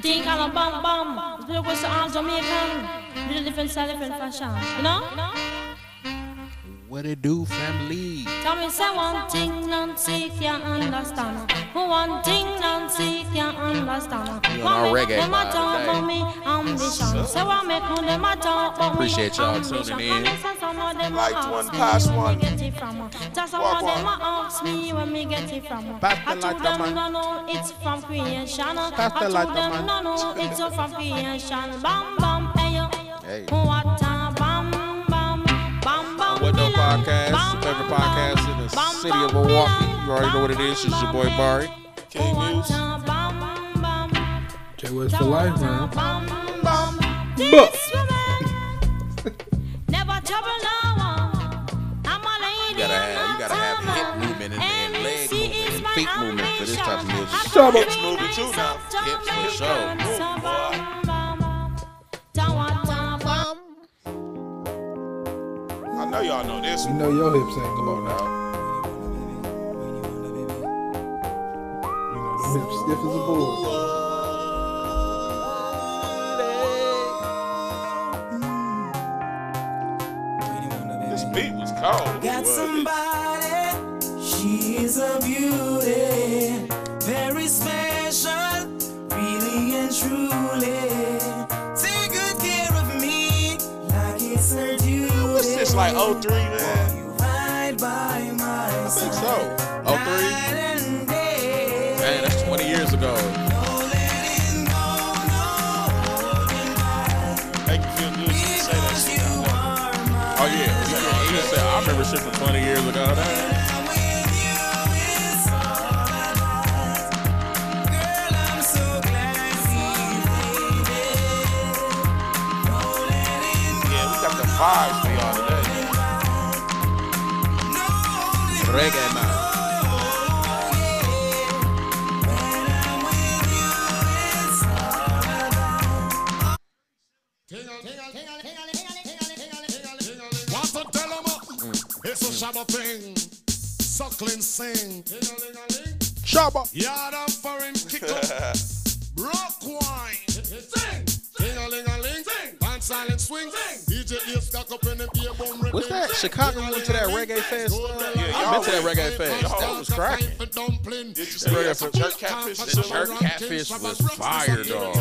Think I'm a bomb bomb. The people goes to all Jamaican. Little different style, different fashion. You know? You know? What it do, family? Tell me say one thing Nancy can't understand. One thing Nancy can't understand. You on our Mommy, reggae them a vibe talk today. about me ambition. Say what make who them a talk about me Appreciate y'all ambition. tuning in. And they say some of them a Light ask one, me pass where me one. get it from. Just some Walk of them one. a ask me where me get it from. Pass the I told lighter, man. them no no it's from creation. I Pass the told lighter, them man. no no it's from creation. Bam bam hey yo. Hey. What a bam bam bam bam. What No Milan. Podcast, Bam, favorite bam, podcast in the bam, city of bam, Milwaukee. Milan. You already know what it is. It's your boy Bam, Barry. bam, bam, bam, bam, bam, Jay West for life, man. bam, bam. This woman never trouble no one. I'm a lady. You gotta I'm have, you not gotta have hip someone. movement and, and leg MC movement is and my feet movement for this type of ambition. music. Shut up. Hips moving too now. Hips for sure. So bam, bam, bam, bam, bam. I know y'all know this. You know your hips ain't going out. You know them hips stiff as a board. This beat was cold. Got It was. somebody, she is a beauty, very special, really and truly. Take good care of me, like it's her duty. What's this like 03, man? You ride by my I think side, so. Oh, 03? night and day. Man, that's 20 years ago. Make you feel good when you say that shit down there. Oh, yeah. You just said, I remember shit from 20 years ago. That- Yeah, we got the vibes for y'all today. Reggae night. Want to tell 'em, uh, it's a shabba thing. Suckling sing. Shabba. Yard and foreign kick up. Rock wine. Sing. Ting a ling a ling. Sing. And silent swing. Sing. DJ ears cock up in the ear boom rhythm. What's that? Sing. Chicago Ting a went to that ling a ling. reggae fest, Go uh, tell 'em yeah, I'm y'all went to that ready. reggae fest. Start That was a fight cracking. for dumpling. Did you see that from Church Catfish? The Jerk Catfish was fire, dog.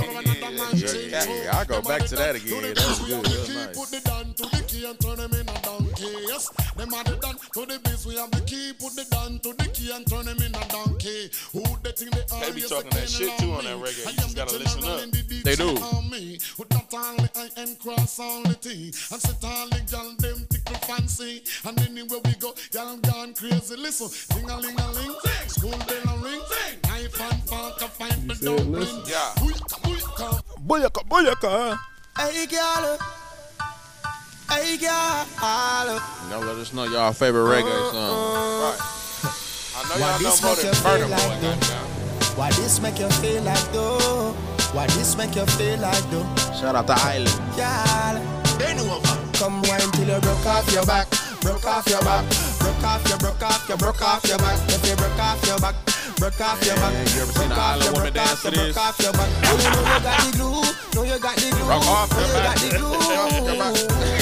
Yeah, yeah, I go back to that again. That was good. That was Put nice. the down to the key and turn him in a donkey. Yes, them are the done to the biz. We have the key. Put the down to the key and turn him in a donkey. Who they think they are? They be Yes, talking that cleaning shit too on me. that reggae. I You just am gotta the listen general up. in the DJ They do. army. Who not only I am cross all the thing. And sit all the gal them tickle fancy. And anywhere we go, gal gone crazy. Listen, ding a ling a ling. School bell a ring. Knife and fork a find the said dumpling. listen. Yeah. Booyaka, booyaka. Booyaka, booyaka. Hey, girl. Hey, girl. Y'all let us know y'all favorite reggae song. Uh-huh. Right. I know Why y'all know this more make than you feel Burner Boy. like that? goddamn. Why this make you feel like though? Why this make you feel like though? Shout out to Island. Y'all. Come wine till you broke off your back, broke off your back, broke off your, broke off your, broke off your back. If you broke off your back, broke off your back. Man, you ever seen broke an off island your- woman broke dance to off your- this? Broke off your back. Oh, you know you got the glue, know you got the glue. Broke off know your you back. got the glue.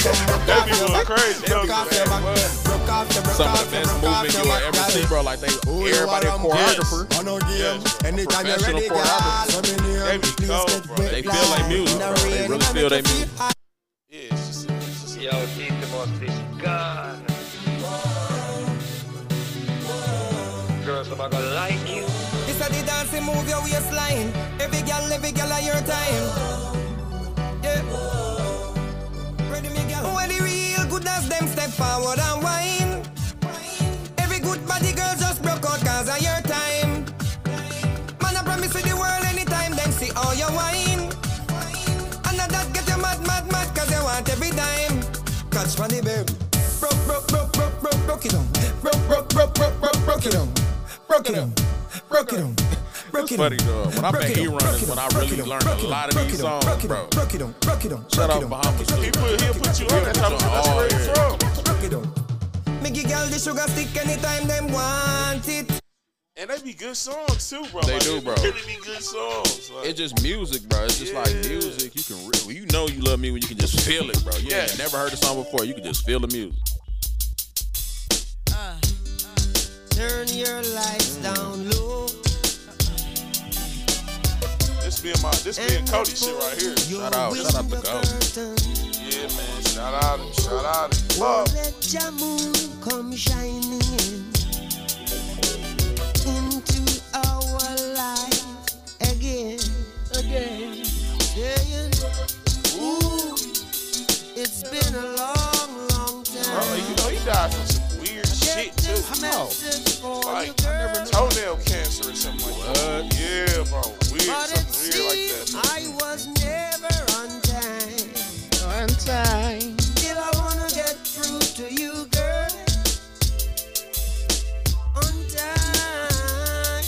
Come That broke be off your going back, crazy. That broke was off your bad. back, What? broke off your, broke Some off of the your, best broke off movement your you will back. ever see, bro. Like, they everybody a choreographer. On our game, Yes. anytime you're Professional ready, girl. choreographers. Come in here, They be please cold, get bro. wet They feel like like music, in the bro. They rain, really I feel make they you music. feel Yeah, it's just, it's just Yo, she's the most vicious gun. Girl, somebody gonna like you. This a the dance, you move your waistline. Every girl, every girl at your time. Yeah. Ready, me girl. When the real goodness, them step forward and wine. Every good body girl just broke out cause of your time. Man, I promise you the world anytime, them see all your wine. And now that get you mad, mad, mad, cause you want every time. Catch money, babe. Broke, broke, broke, broke, broke, broke it on. Broke, broke, broke, broke, broke, broke it on. Broke it on. Broke it on. Broke it Funny, on. dog. When I Broke met it on, E-Run broke is it when on, I broke really it on, learned a broke it on, lot of broke these it on, songs, brook it bro. on, brook it on, brook it on, Shout brook out it on, Bahamas, brook He it too. on, put, he'll put you on that type of shit. That's where he's from. brook it on. Me give girl the sugar stick anytime them want it. And they be good songs too, bro. They Like, do, they bro. Really be good songs. Like, It's just music, bro. It's just like Yeah. music. You can really, you know, you love me when you can just feel it, bro. You ain't Yes. never heard a song before. You can just feel the music. Turn your lights down low. this being my, this being Cody shit right here. Shout out, shout out to Go. Go. Yeah, man. Shout out, and shout out, and love. Let your moon come shining in into our life again. Again. Saying, ooh, it's been a long, long Bro, you time. know he died from some weird shit too. Like toenail cancer or something like that. Yeah, bro. Weird, But it something weird like that. seems I was never on time. On time. Still, I wanna get through to you, girl. On time,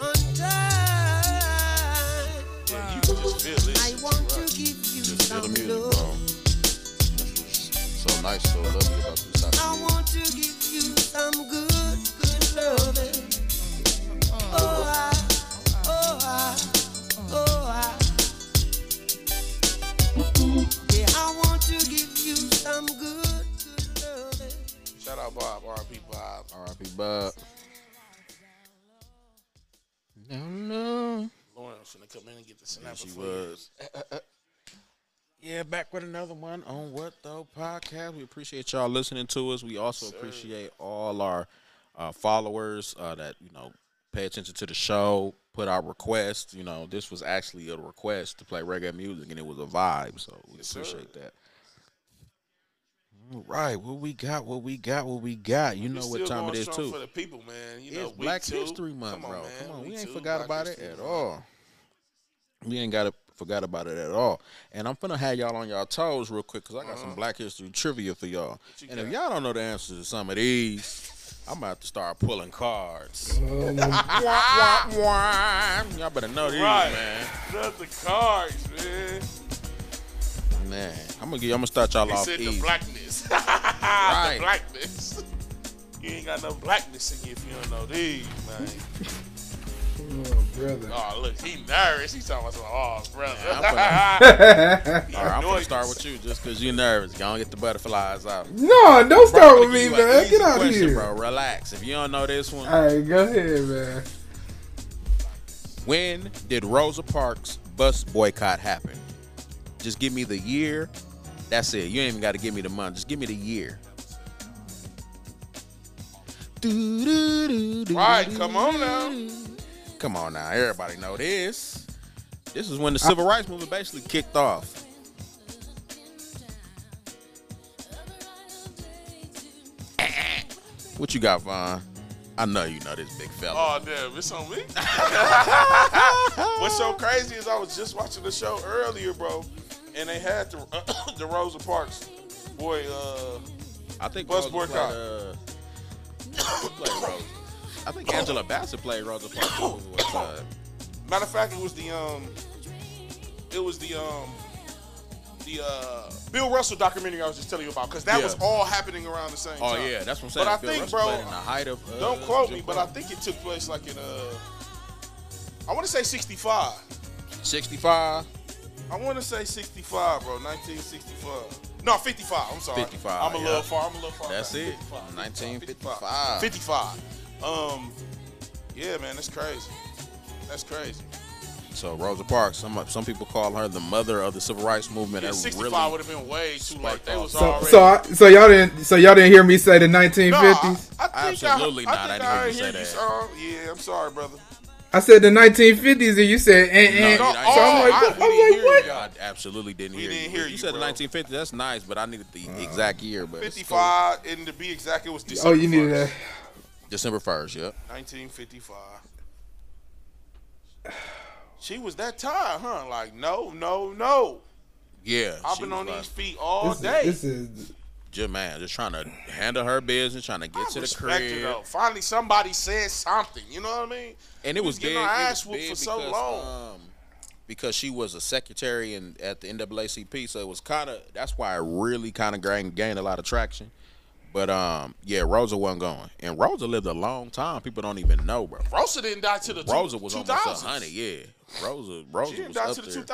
on time. Yeah, you can just feel this. I shit, want bro. to give you Just feel the some music, love. bro. So nice, so lovely about this. type I of music. want to give you some good, good loving. Oh, I, oh, I, oh, I. Yeah, I want to give you some good, good loving. Shout out Bob, R.P. Bob. R.I.P. Bob. No, no. Lauren finna come in and get the snapper. She for you. was. Yeah, back with another one on What Though Podcast. We appreciate y'all listening to us. We also appreciate all our uh, followers uh, that, you know, pay attention to the show, put out requests. You know, this was actually a request to play reggae music, and it was a vibe. So we appreciate that. All right. What we got, what we got, what we got. You We know what still time going it is, strong too. For the people, man. You know, It's week Black two. History Month, Come on, bro. man. Come on, Week we ain't two, forgot Black about it History at Month. all. We ain't got to forgot about it at all. And I'm finna have y'all on y'all toes real quick because I got some Black History trivia for y'all. Uh-huh. you And if got? y'all don't know the answers to some of these, I'm about to start pulling cards. Wah, wah, wah. Y'all better know these, Right. man. Love the cards, man. Man, I'm gonna get, I'm gonna start y'all He off said easy. the blackness. The blackness. You ain't got no blackness in you if you don't know these, man. Oh, brother. Oh, look, he nervous. He talking about some, oh, brother. I'm finna- All right, I'm gonna Annoying. start with you just because you're nervous. Gonna get the butterflies out. No, don't start Bro, I'm with gonna me, give you an man. easy Get out of question, here. bro. Relax. If you don't know this one, All right, go ahead, man. When did Rosa Parks bus boycott happen? Just give me the year. That's it. You ain't even got to give me the month. Just give me the year. Right, come on now. Come on now, everybody know this. This is when the civil rights movement basically kicked off. What you got, Vaughn? I know you know this big fella. Oh, damn, it's on me? What's so crazy is I was just watching the show earlier, bro, and they had the, uh, the Rosa Parks boy, uh, I think Bus Rosa boycott. played, uh, who played Rosa? I think Angela Bassett played Rosa Parks. over with, uh, Matter of fact, it was the um, it was the um, the uh, Bill Russell documentary I was just telling you about because that Yeah. was all happening around the same oh time. yeah, that's what I'm saying. But I Bill think, Russell bro, played in the height of, uh, Don't quote Jim me, but I Crow. think it took place like in uh, I want to say '65. 65. I want to say '65, bro, 1965. No, 55. I'm sorry. 55, I'm a yeah. little far. I'm a little far. That's back. it. 55. 1955. 55. Um, yeah, man, that's crazy. That's crazy. So Rosa Parks, some some people call her the mother of the civil rights movement. Yeah, That 65 really- would have been way too late. sparked They off. was So, already. so, I, so y'all didn't, so y'all didn't hear me say the 1950s. No, I, I think Absolutely I, not. I, think I I, didn't hear you hear you, say song. Yeah, I'm sorry, brother. I said the 1950s, and you said, No, eh, eh. you No, didn't. so I'm I- like, we I'm didn't like, hear what? you. I absolutely didn't We hear didn't you. hear you you, said bro. 1950. That's nice, but I needed the exact year. But it's still 55, and to be exact, it was December Oh, you needed 1st, that. December 1st. Yep. 1955. She was that tired, huh? Like, no, no, no. Yeah. I've she been was on like, these feet all This day. is, this is just man, just trying to handle her business, trying to get I to the respect her, crib. though. Finally, somebody said something. You know what I mean? and it We was getting big. our it was ass whooped big for so because, long. um, because she was a secretary in at the NAACP, so it was kind of that's why it really kind of gained, gained a lot of traction. But um, yeah, Rosa wasn't going, and Rosa lived a long time. People don't even know, bro. Rosa didn't die till the Rosa was almost 2000s. hundred. Yeah, Rosa. Rosa She didn't was die up till the there. 2000s.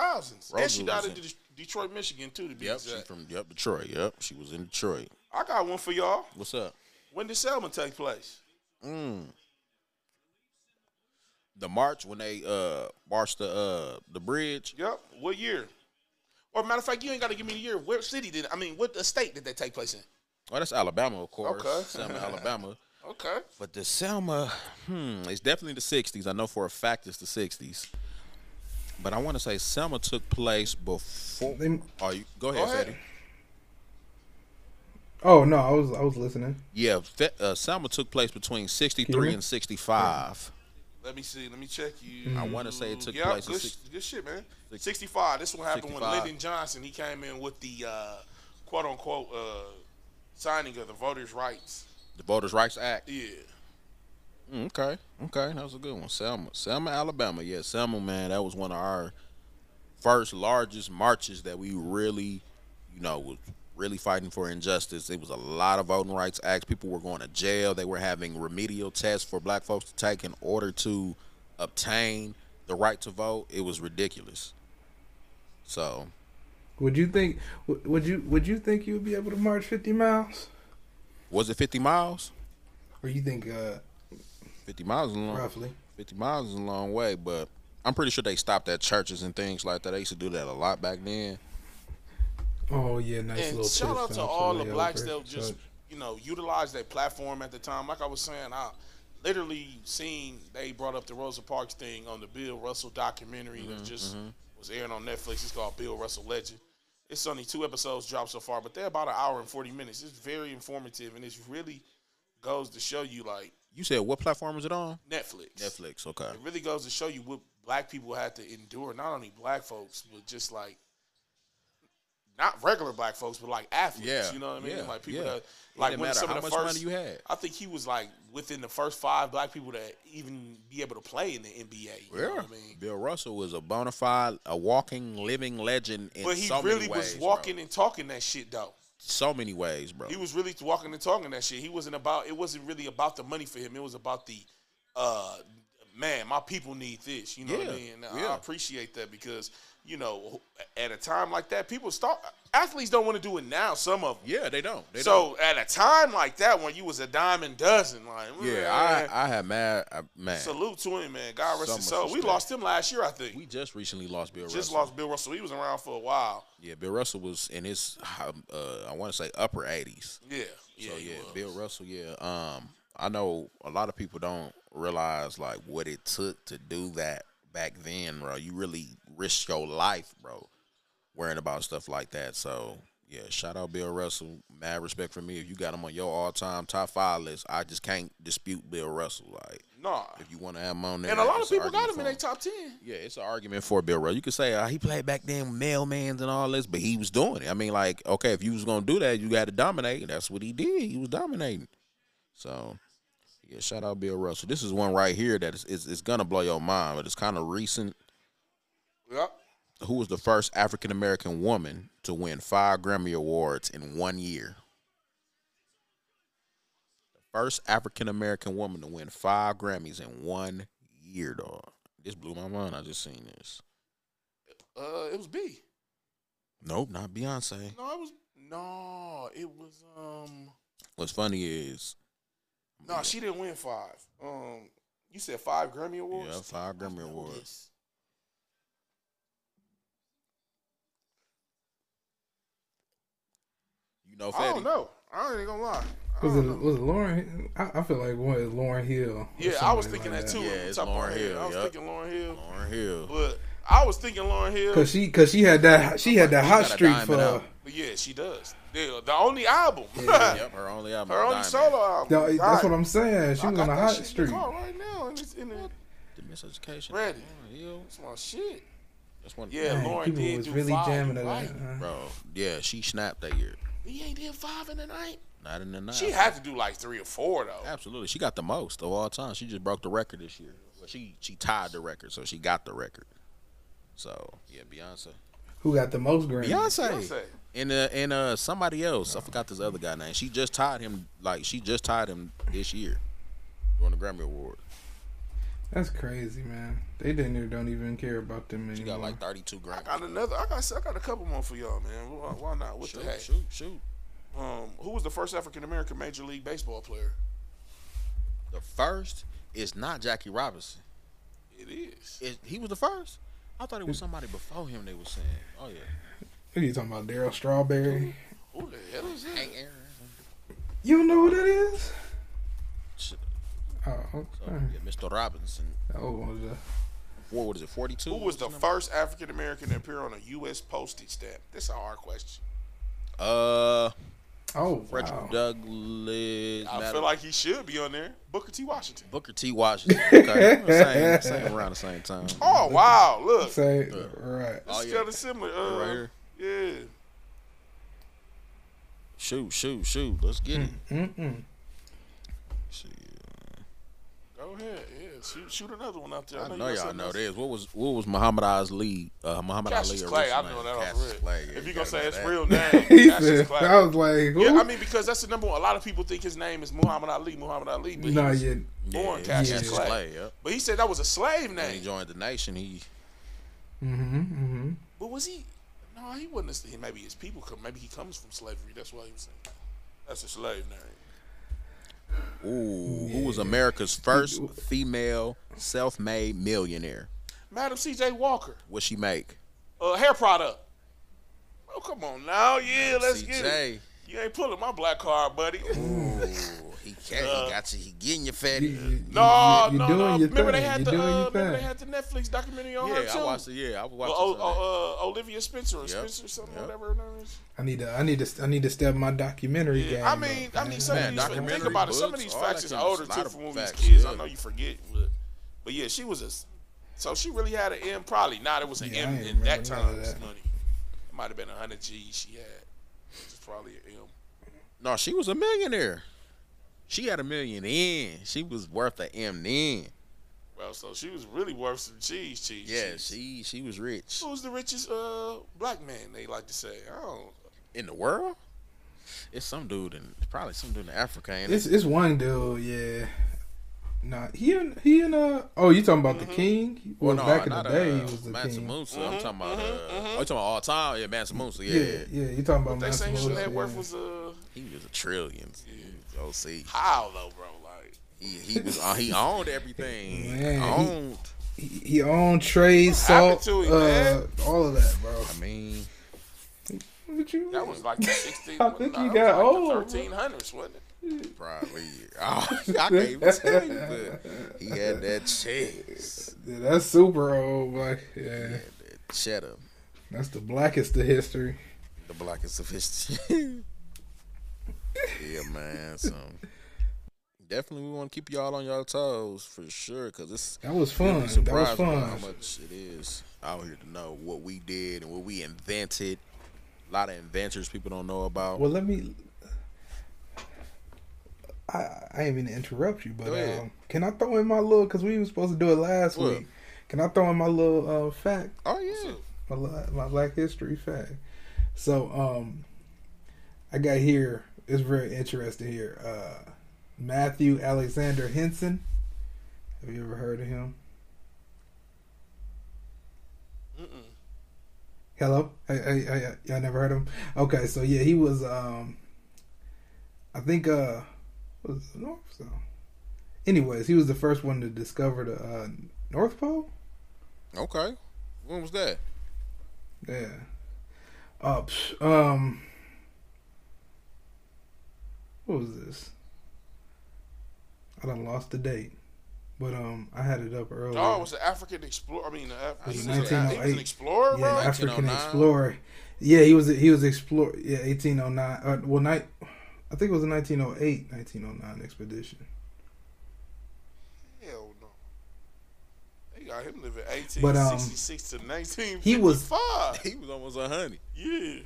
Rosa and she was died in in- De- Detroit, Michigan, too, to be Yep, she exact. from yep Detroit. Yep, she was in Detroit. I got one for y'all. What's up? When did Selma take place? Mm. The march when they uh marched the uh the bridge. Yep. What year? Or matter of fact, you ain't got to give me the year. What city did I mean? What state did that take place in? Oh, that's Alabama, of course. Okay. Selma, Alabama. Okay. But the Selma, hmm, it's definitely the '60s. I know for a fact it's the '60s. But I want to say Selma took place before. They- Oh, you go ahead, Go ahead. Fatty. Oh no, I was I was listening. Yeah, fe- uh, Selma took place between Can you '63 hear? and '65. Let me see. Let me check you. I wanna say it took yeah, place in Good, six- good shit, man. Sixty-five. This one happened when 65. Lyndon Johnson he came in with the uh, quote-unquote uh, signing of the Voters' Rights. The Voters' Rights Act. Yeah. Mm, okay, okay, that was a good one. Selma, Selma, Alabama. Yeah, Selma, man, that was one of our first largest marches that we really, you know, was really fighting for injustice. It was a lot of voting rights acts. People were going to jail. They were having remedial tests for black folks to take in order to obtain the right to vote. It was ridiculous. So Would you think w- would you would you think you would be able to march fifty miles? Was it 50 miles? Or you think uh 50 miles is a long roughly? 50 miles is a long way, but I'm pretty sure they stopped at churches and things like that. They used to do that a lot back then. Oh yeah, nice and little shout piss out to down all the layover. blacks that just So- you know utilized that platform at the time. Like I was saying, I literally seen they brought up the Rosa Parks thing on the Bill Russell documentary Mm-hmm, that just was airing on Netflix. It's called Bill Russell Legend. It's only two episodes dropped so far, but they're about an hour and forty minutes. It's very informative, and it really goes to show you like You said what platform is it on? Netflix. Netflix, okay. It really goes to show you what black people had to endure. Not only black folks, but just like not regular black folks, but like athletes. Yeah, You know what I mean? yeah, like people yeah. that It like didn't when matter some how of the much first money you had. I think he was like within the first five black people to even be able to play in the NBA. You know what I mean? Bill Russell was a bona fide, a walking, living legend in But he so really many was ways, bro. walking and talking that shit though. So many ways, bro. He was really walking and talking that shit. He wasn't about. It wasn't really about the money for him. It was about the, uh, man, my people need this. You know what I Yeah, mean? And I yeah. appreciate that because you know, at a time like that, people start. Athletes don't want to do it now. Some of them. yeah, they don't. They so at a time like that, when you was a dime and dozen, like don't. Yeah, man, I, I had mad, I, man. salute to him, man. God rest So his much soul. We respect. lost him last year, I think. we just recently lost Bill just Russell. lost Bill Russell. He was around for a while. Yeah, Bill Russell was in his, um, uh, I want to say upper 80s. Yeah, So he yeah, was. Bill Russell. Yeah, um, I know a lot of people don't realize like what it took to do that back then, bro. You really risked your life, bro, worrying about stuff like that. So yeah, shout out Bill Russell. Mad respect for me. If you got him on your all-time top five list, I just can't dispute Bill Russell. Like Nah, if you want to have him on there, and a lot of it's an people got argument him in for their top ten. yeah, it's an argument for Bill Russell. You could say uh, he played back then, with mailmans and all this, but he was doing it. I mean, like, okay, if you was gonna do that, you got to dominate. That's what he did. He was dominating. So, yeah, shout out Bill Russell. This is one right here that is, is, is gonna blow your mind, but it's kind of recent. Yep. Who was the first African American woman to win five Grammy awards in one year? The first African American woman to win five Grammys in one year, dog. This blew my mind. I just seen this. Uh, it was B. Nope, not Beyonce. No, it was no, it was um What's funny is no, she didn't win five. Um you said five Grammy Awards? yeah, five I Grammy know Awards. this. You know, I Fatty. don't know. I ain't gonna lie. I Was don't it know. was it Lauren? I, I feel like one is Lauren Hill. or Yeah, I was somebody thinking like that too. Yeah, off the it's top of my Lauryn head. Hill, I was yup. thinking Lauren Hill. Lauren Hill. But I was thinking Lauren Hill. Cause she, cause she had that, she had that hot got a streak diamond for out. But yeah, she does. The, the only album. Yep, her only album. Her only Diamond. solo album. No, that's what God, I'm saying. She I was got on a that hot shit in the streak. car right now, and it's in the, The Miseducation. Ready. Lauryn Hill. it's my shit. That's one. Yeah, Man, Lauren people did was do really five, jamming you to that. right. huh? Bro, yeah, she snapped that year. He ain't did five in the night. Not in the night. She had to do like three or four though. Absolutely, she got the most of all time. She just broke the record this year. Well, she she tied the record, so she got the record. So yeah, Beyonce. Who got the most Grammys? Beyonce. Beyonce. and uh, and uh, somebody else. I forgot this other guy name. She just tied him. Like she just tied him this year during the Grammy Award. That's crazy, man. They didn't even- don't even care about them anymore. She got like thirty two Grammys. Got another. Mm-hmm. I got. I got a couple more for y'all, man. Why, why not? What Shoot, the heck? shoot, shoot. Um, who was the first African American Major League Baseball player? The first is not Jackie Robinson. It is. Is he was the first? I thought it was somebody before him. They were saying, "Oh yeah, Who you talking about, Daryl Strawberry? Who the hell is that? You don't know who that is? Sh- Oh, oh, okay. yeah Mr. Robinson." Oh, what was that? What was it? Forty two. Who was the first African American to appear on a U.S. postage stamp? This is a hard question. Uh, Oh, Frederick wow. Douglass. I Madam- feel like he should be on there. Booker T. Washington. Booker T. Washington. Okay, same, same around the same time. Oh wow! Look, it's Say right. Oh, yeah. kind of similar. Uh, Right here. Yeah. Shoot, shoot, shoot. Let's get it. Hmm. Mm-mm. Shit. Go ahead. Yeah. Shoot, shoot another one out there. I you know got y'all something know else. this. What was what was Muhammad Ali? Uh, Muhammad Cassius Ali. Clay. I originally? know that off Cassius red. Clay, yeah, if you you're gonna gotta say know his that. real name, He Cassius said, Clay. I was like, who? Yeah, I mean because that's the number. one. A lot of people think his name is Muhammad Ali, Muhammad Ali, but, no, he, yeah. Yeah, born yeah, Cassius Cassius Clay. Clay. Yep. but he said that was a slave When he name. joined the nation, he Mm-hmm, mm-hmm. But was he? No, he wasn't. A, slave. maybe his people come. Maybe he comes from slavery. That's why he was saying that's a slave name. ooh, who was America's first female self-made millionaire? Madam C.J. Walker, What she make? uh, hair product. Oh come on now, yeah, let's get it. CJ. You ain't pulling my black card, buddy. Ooh, he can't. Uh, he got you. He getting you fatty. You- you- No, you- you no, doing no. Your Remember they thing. had you the doing uh, your remember they thing. had the Netflix documentary on her Yeah, too. I watched it. Yeah, I watched Well, it. oh, oh, uh, Olivia Spencer or Yep. Spencer something Yep. whatever her name is. I need to. I need to. I need to step my documentary game. I mean, up, I mean, man. some Man, of these think documentary about it. Some of books, these all that facts is kind of- older lot too of from when we was facts, kids. I yeah. know you forget, but but yeah, she was a. s- So she really had an M. Probably not. It was an Yeah, I M ain't in remember that none of time's that. money. It might have been a hundred G she had. It's probably an M. No, she was a millionaire. She had a million in. She was worth a M then. Well, so she was really worth some cheese, cheese. Yeah, cheese. she she was rich Who's the richest uh black man? They like to say. I don't. in the world. It's some dude in probably some dude in Africa. Ain't it's it? it's one dude. Yeah. Nah, he and he and uh. Oh, you talking about Mm-hmm. the king? Well, no, back in the not, day, uh, he was the Mansa king. Musa. I'm talking about. Uh, oh, you talking about all time? Yeah, Mansa Musa. Yeah, Yeah, yeah. You talking about They Mansa say his Musa, net worth yeah. was uh he was a trillion. Oh, see, how though, bro. Like he, he was uh, he owned everything. Man, he- owned. He, he owned trade happened salt, to him, uh, man? all of that, bro. I mean, What you? that was like the 16. I think no, he it was got like old, bro. The 1300s, wasn't it? probably. Oh, I can't even tell you, but he had that chest, Yeah, that's super old. Like, yeah, that cheddar, that's the blackest of history. the blackest of history. yeah, man. So definitely, we want to keep y'all on y'all toes for sure, because it's That was You'll fun. be That was surprised about fun. How much it is out here to know what we did and what we invented. A lot of inventors people don't know about. Well, let me. I I ain't mean to interrupt you, but Go ahead. um, can I throw in my little? Because we were supposed to do it last What? week. Can I throw in my little uh, fact? oh yeah, my, li- my Black History fact. So, um, I got here. It's very interesting here. Uh, Matthew Alexander Henson. Have you ever heard of him? Hello, I, I, I, y'all never heard of him? Okay, so yeah, he was. Um, I think uh, was it North so. Anyways, he was the first one to discover the uh, North Pole. okay. When was that? Yeah. Uh, psh, um. What was this? I done lost the date, but um, I had it up earlier. Oh, it was an African explorer. I mean, uh, was he, was in a, he was an 1908. explorer, yeah, bro. oh African 1909? explorer. Yeah, he was he was explore. Yeah, eighteen oh nine. Uh, well, night. I think it was a 1908, 1909 expedition. Hell no. They got him living 1866 But, um, to 1955. he was- He was almost a honey. yeah.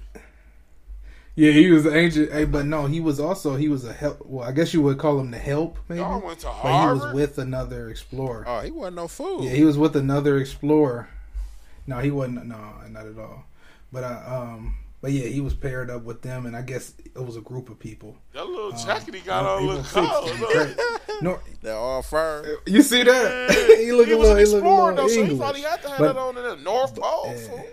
Yeah, he was an ancient. Hey, but no, he was also he was a help. Well, I guess you would call him the help, maybe. Y'all went to but he Harvard. was with another explorer. Oh, he wasn't no fool. Yeah, he was with another explorer. No, he wasn't. No, not at all. But I, um, But yeah, he was paired up with them, and I guess it was a group of people. That little jacket he got Uh, on look April cold. 6th. look. Great. Nor- They're all fur. you see that? he look He a little, he was an look a explorer little though, so he English. probably had to have But- that on in the North Pole. fool.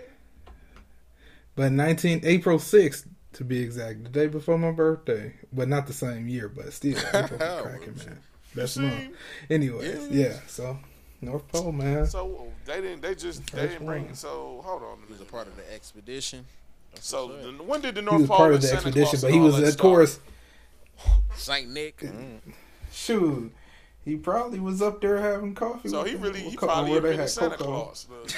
But 19 April 6th to be exact, the day before my birthday, but not the same year, but still Oh, April was cracking, man. Best month. Anyways, yeah. so North Pole, man. So they didn't. They just they First didn't bring. one. So hold on. a He's a minute. part of the expedition. So the, when did the he North was Pole part of and the Santa expedition, Claus but and he all was that of start? course Saint Nick. Mm. shoot. He probably was up there having coffee. So with he them. really he What co- probably where a they bit had of Santa cocoa. Claus. look.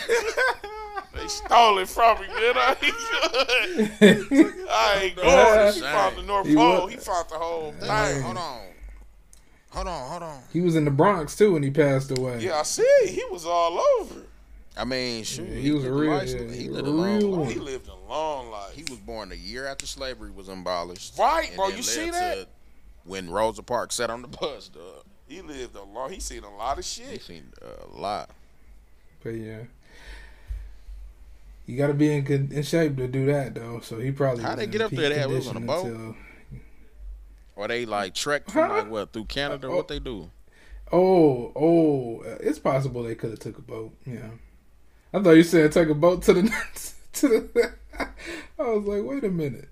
they stole it from me, man. I ain't, I ain't going. He found the North He Pole. was- He found the whole thing. Hold on. Hold on, hold on. He was in the Bronx too when he passed away. Yeah, I see. He was all over. I mean, shoot, he was a lived real- life- yeah, he he lived a real long life. one. He lived a long life. He was born a year after slavery was abolished. Right, and bro, then you led see to that? When Rosa Parks sat on the bus, dog. He lived a long. He seen a lot of He shit. seen a lot. But yeah. You gotta be in good in shape to do that though. So he probably How'd they was in get up peak there? They had- we was on a condition boat? until- Or they like trek from like what through Canada? What they do? Oh, oh, uh, it's possible they could have took a boat. Yeah, I thought you said took a boat to the to the. I was like, wait a minute,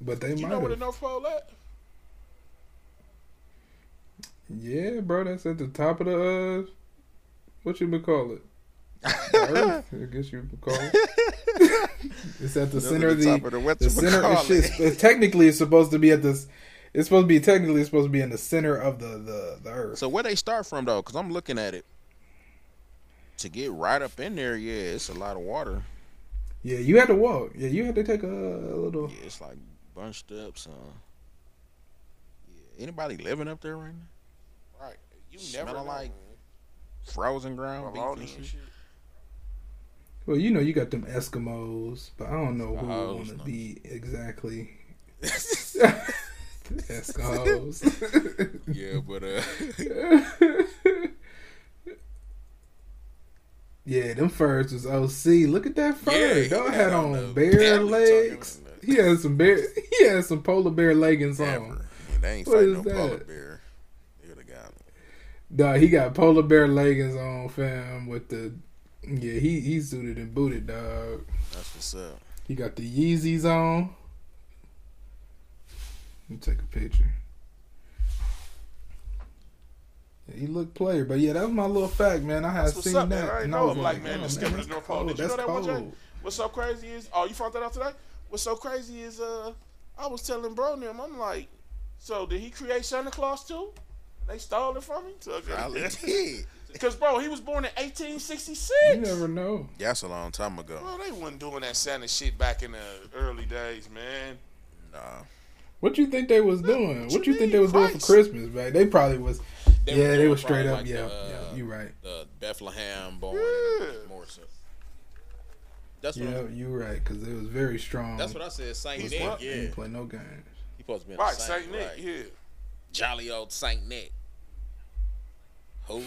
but they You might know where the have. North Pole at? yeah, bro, that's at the top of the uh, what you would call it. Earth, I guess you would call it. it's at the center the of top of the- the, what the you center. would It's, call just- it's technically it's supposed to be at this. It's supposed to be technically it's supposed to be in the center of the the, the earth. So where they start from though? Because I'm looking at it. To get right up in there, yeah, it's a lot of water. yeah, you had to walk. Yeah, you had to take a, a little. Yeah, it's like bunched up. So, yeah. anybody living up there right now? Right. You Smell never know, like man. Frozen ground, beef Bologna and and shit. shit. Well, you know, you got them Eskimos, but I don't know who Oh, Eskimos, want to no. be exactly. Eskimos. Yeah, but uh, yeah, them furs was OC. Look at that Yeah, fur. he Dog had had on on the bear belly legs. tucking in He had some bear. He had some polar bear leggings on. Amber. Yeah, they ain't What fighting is no that? polar bear. They would have got him. Dog, he got polar bear leggings on, fam. With the yeah, he he suited and booted, dog. That's what's up. He got the Yeezys on. Let me take a picture. Yeah, he looked player, but yeah, that was my little fact, man. I had That's what's seen up, that. man. I ain't and know. was I'm like, man, oh, this skip is North Pole. Did you know that's that one, Jay? cold. What's so crazy is, oh, you found that out today? What's so crazy is, uh, I was telling bro and them, I'm like, so did he create Santa Claus too? They stole it from him? Probably did. Because, bro, he was born in 1866. You never know. That's a long time ago. Bro, they wasn't doing that Santa shit back in the early days, man. Nah. What you think they was doing? What you you think they was doing for mean, Christ? Christmas, man? They probably was. They yeah, were they doing were straight probably up. like the, yeah, yeah, uh, you right. The Bethlehem born Yeah. Morrison. That's what Yeah, I'm, you right. Because it was very strong. that's what I said. Saint He's Nick. what? Yeah, They he didn't play no games. supposed to be in Right, the St. Nick, right. yeah. Jolly old Saint Nick. Who?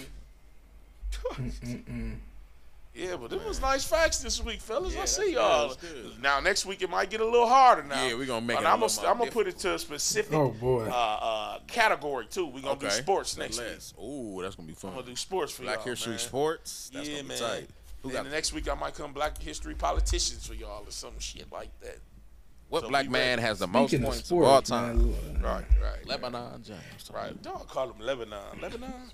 Yeah, but it was nice facts this week, fellas. Yeah, I that's see good, y'all. that's good. Now next week it might get a little harder. Now Yeah, we gonna make And it a I'm little gonna more I'm gonna put it to a specific Oh, boy. uh, uh, category too. We gonna do sports next week. Let's- Ooh, that's gonna be fun. I'm gonna do sports for Black y'all, History man. Sports. That's yeah, gonna be man. tight. Who then got the next week I might come Black History politicians for y'all or some shit like that. what so black we man ready. has the most Speaking of points of all sports, time? man, Right, right, Lebanon James. right. Don't call them Lebanon. Lebanon.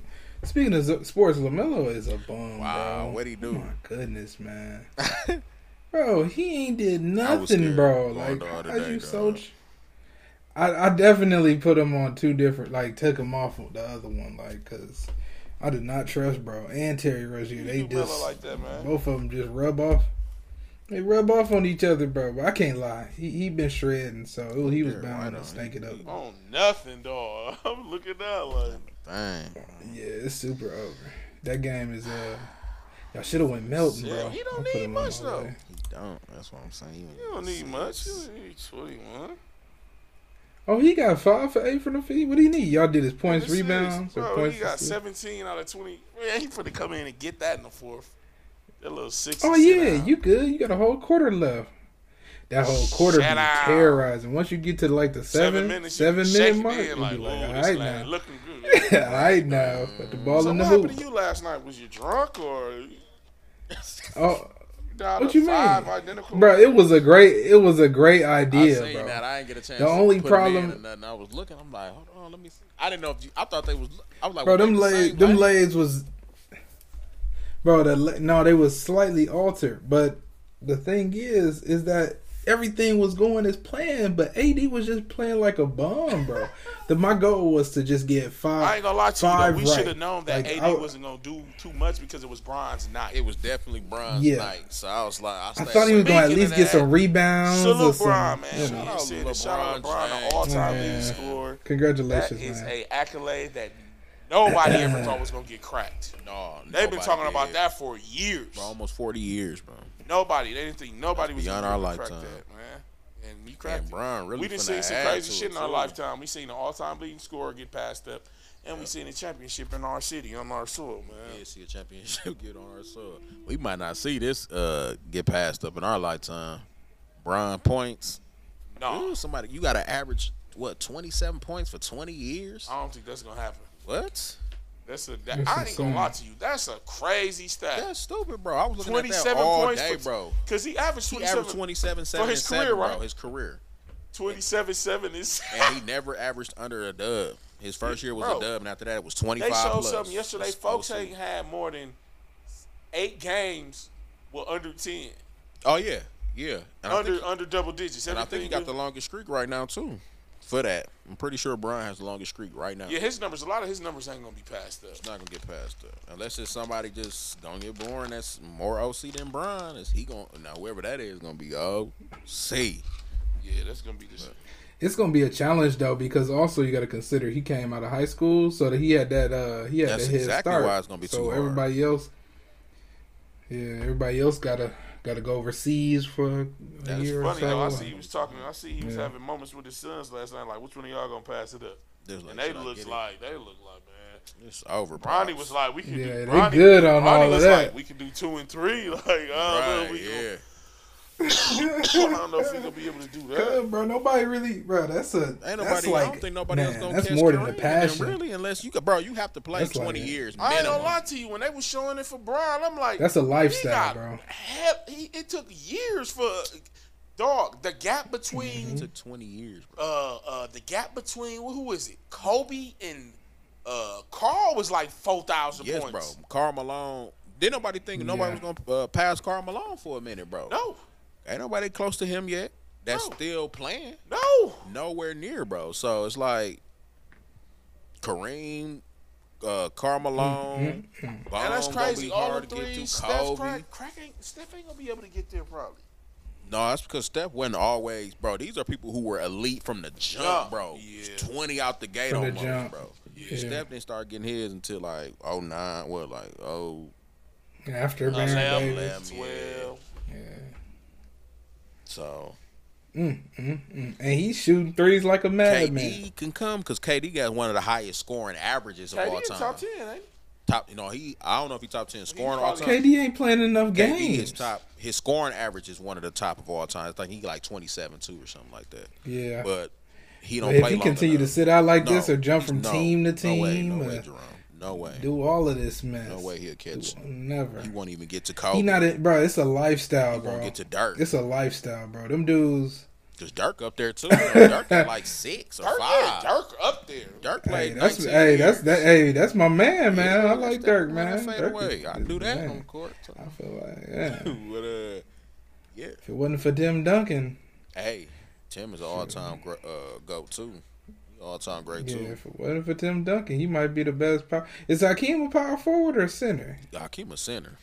Speaking of z- sports, Lamelo is a bum. Wow, bro. what'd he do? Oh my goodness, man. bro, he ain't did was nothing, scared bro. going Like, the how other are day, you dog. so? Ch- I I definitely put him on two different. Like, took him off of the other one, like, cause I did not trust bro and Terry Rozier. They You do Melo just like that, man. both of them just rub off. They rub off on each other, bro. But I can't lie, he he been shredding, so it was- he was Derrick bound White to on. stink it up. On nothing, dog. I'm looking down like Dang. Yeah, it's super over. That game is uh, y'all should have went Melton, Yeah, bro. he I don't put need him on much, my though. way. He don't. That's what I'm saying. you don't need much. You don't need 21. Oh, he got five for eight from the feed. What do you need? Y'all did his points, This is- rebounds, or Bro, points. he got assists? 17 out of 20. Man, he finna come in and get that in the fourth. That little six. Oh yeah, you good? You got a whole quarter left. That whole quarter Shut be up. terrorizing. Once you get to like the seven, seven minute, you shaking mark, it in you like, be "Ooh, like, all this right lad now, looking good. all right now, put the ball so in what the happened hoop. to you last night? Was you drunk or you Oh, dialed What up you mean? five identical? bro, it was a great, it was a great I idea, seen bro. that. I didn't get a chance. The to only put 'em in problem- or nothing. I was looking. I'm like, hold on, let me see. I didn't know if you. I thought they was. I was like, bro, well, them they the lays, same them lady. lays was, bro. The la- no, they was slightly altered, but the thing is, is that everything was going as planned, but AD was just playing like a bum, bro. the my goal was to just get five. I ain't gonna lie to you. Though. five We right. should have known that Like, AD I- wasn't gonna do too much because it was Bron's night. It was definitely bronze Yeah. night, so I was like, I, I thought he was going to at Speaking least of get that, some rebounds. or Salute some, Bron, man. you know. Shout out Shout out LeBron, shout LeBron out LeBron, James. the all-time Yeah. leading scorer. That Congratulations, is man. a accolade that nobody ever thought was gonna get cracked. No, They've been nobody talking did. about that for years. for almost forty years, bro. Nobody, they didn't think nobody was beyond gonna our crack that, lifetime. man. And you cracked And it. Bron really. we done finna seen some add crazy to shit it, in our too. lifetime. We seen the all-time leading scorer get passed up, and we seen the championship in our city on our soil, man. Yeah, see a championship get on our soil. We might not see this uh, get passed up in our lifetime. Bron points. No, Ooh, somebody, you got to average what twenty-seven points for twenty years? I don't think that's gonna happen. What? That's a that, That's I ain't gonna insane. lie to you. That's a crazy stat. That's stupid, bro. I was looking at that 27 all points day, for- bro. Cause he averaged He 27, averaged 27, 7, his and 7, career, bro. right? His career. 27 seven is. And he never averaged under a dub. His first year was Bro. a dub, and after that, it was 25 They showed plus. something yesterday. That's Folks OC. ain't had more than eight games were under ten, Oh, yeah. Yeah. And I under think, under double digits. and I think he got the Everything- longest streak right now, too, for that. I'm pretty sure Brian has the longest streak right now. Yeah, his numbers. A lot of his numbers ain't gonna be passed up. It's not gonna get past that unless it's somebody just gonna get born that's more OC than Brian. Is he gonna now whoever that is gonna be OC? Yeah, that's gonna be this. It's going to be a challenge though, because also you got to consider he came out of high school, so that he had that uh he had That's the head exactly start. why it's gonna be so too hard. everybody else, yeah, everybody else got to got to go overseas for a That's year Funny or so. though, I see he was talking. I see he was Yeah. having moments with his sons last night. Like, which one of y'all gonna pass it up? There's And like, they should I looked get it? like they looked like man. it's over. Ronnie Pops. was like, we can Yeah, do. they Ronnie, good on Ronnie all of was that. Like, we can do two and three. Like, I don't know. right, If we gonna- yeah. I don't know if we gonna be able to do Yeah, that. bro, nobody really, bro. That's a that's Ain't nobody. like, I don't think nobody man, else gonna that's catch more than a Kareem, passion. really, unless you could, bro. You have to play That's like twenty it. years I ain't gonna minimum. lie to you. When they was showing it for Brian, I'm like, That's a lifestyle, he got bro. hep- he, it took years for dog. The gap between It took twenty years, bro. uh, uh, the gap between who is it? Kobe and uh, Carl was like four thousand Yes, bro. points. Carl Malone. Did nobody think nobody Yeah. was gonna uh, pass Carl Malone for a minute, bro? No, Ain't nobody close to him yet. That's No. still playing. no. nowhere near, bro. So it's like Kareem, uh, Mm-hmm. Carmelone, Bone And that's Gonna crazy. be All the hard to get three, to Steph, Kobe. crack, crack ain't, Steph ain't gonna be able to get there probably. No, that's because Steph wasn't always, bro. These are people who were elite from the jump, Jump, bro. yeah. Twenty out the gate From the almost, jump, bro. yeah. Steph didn't start getting his until like oh nine, what like oh After Baron Lamb, Davis, Lamb, Twelve. so. and he's shooting threes like a KD madman. can come because KD got one of the highest scoring averages of Hey, all he in time. top ten, ain't he? Top- you know, he I don't know if he top ten scoring all probably- time. KD ain't playing enough KD is games. top. His scoring average is one of the top of all time. I think he like twenty seven two or something like that. Yeah. But he don't But if play he long continue enough. to sit out like No, this or jump from no, team to No way, team, no way, uh, Jerome. No way. do all of this mess, No way he'll catch. never. He won't even get to Kobe. He not in, bro. It's a lifestyle, He won't bro. get to Dirk. It's a lifestyle, bro. Them dudes. Cause Dirk up there too. Dirk at like six or Dirk, yeah, five. Dirk, Dirk up there. played. Hey, that's 19 hey, that's years. that hey, that's my man, man. Yeah, I like that's Dirk, that man. fade Dirk away. is- I do that man. on the court. too. I feel like yeah. if But, uh, yeah. it wasn't for Tim Duncan, Hey, Tim is an all time gr- uh, go too. All time great yeah, too. if it wasn't for Tim Duncan, he might be the best. Power. Is Hakeem a power forward or center? Hakeem a center.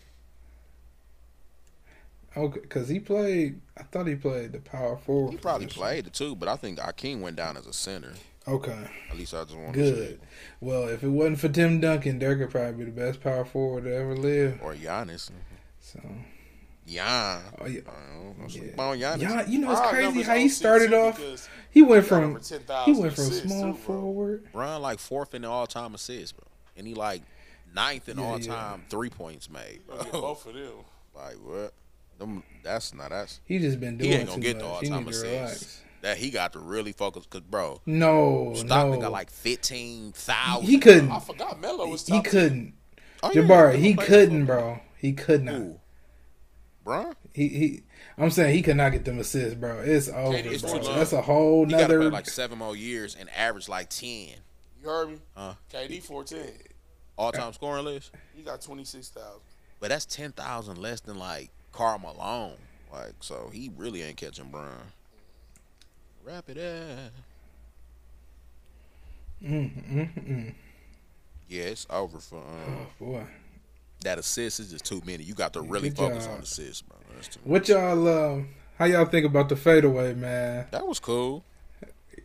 Okay, because he played. I thought he played the power forward. He probably position. played the two, but I think Akeem went down as a center. Okay, At least I just want to say. good. Well, if it wasn't for Tim Duncan, Dirk would probably be the best power forward to ever live. Or Giannis. So, Yeah. oh yeah. I don't know. Yeah. Sleep on Giannis. Y'all, you know it's Our crazy numbers how he don't see started too off. because He went got from over 10,000 he went from assists, small too, bro. forward. Brian like fourth in the all time assists, bro. And he like ninth in Yeah, all yeah. time three points made. Get Bro. both of them. Like what? Them, that's not that's. He just been doing He ain't gonna too get much. the he Alzheimer's need to six. relax. That he got to really focus, cause bro, No, Stockton no. got like fifteen thousand. he couldn't. I forgot Melo was He top. couldn't. oh, yeah, Jabari, he he played couldn't, bro. He could not. Ooh, bro. He he. I'm saying he could not get them assists, bro. It's over, it's bro. too long. That's a whole He got to play nother. like seven more years and average like ten You heard me? Uh. KD 14. all time scoring list. He got 26,000. But that's ten thousand less than like Carl Malone. Like so, he really ain't catching Brown. Wrap it up. Mm-mm-mm. Yeah, it's over for um, Oh boy, that assist is just too many. You got to really Good focus job. on assists, bro. That's too what y'all um? How y'all think about the fadeaway, man? That was cool.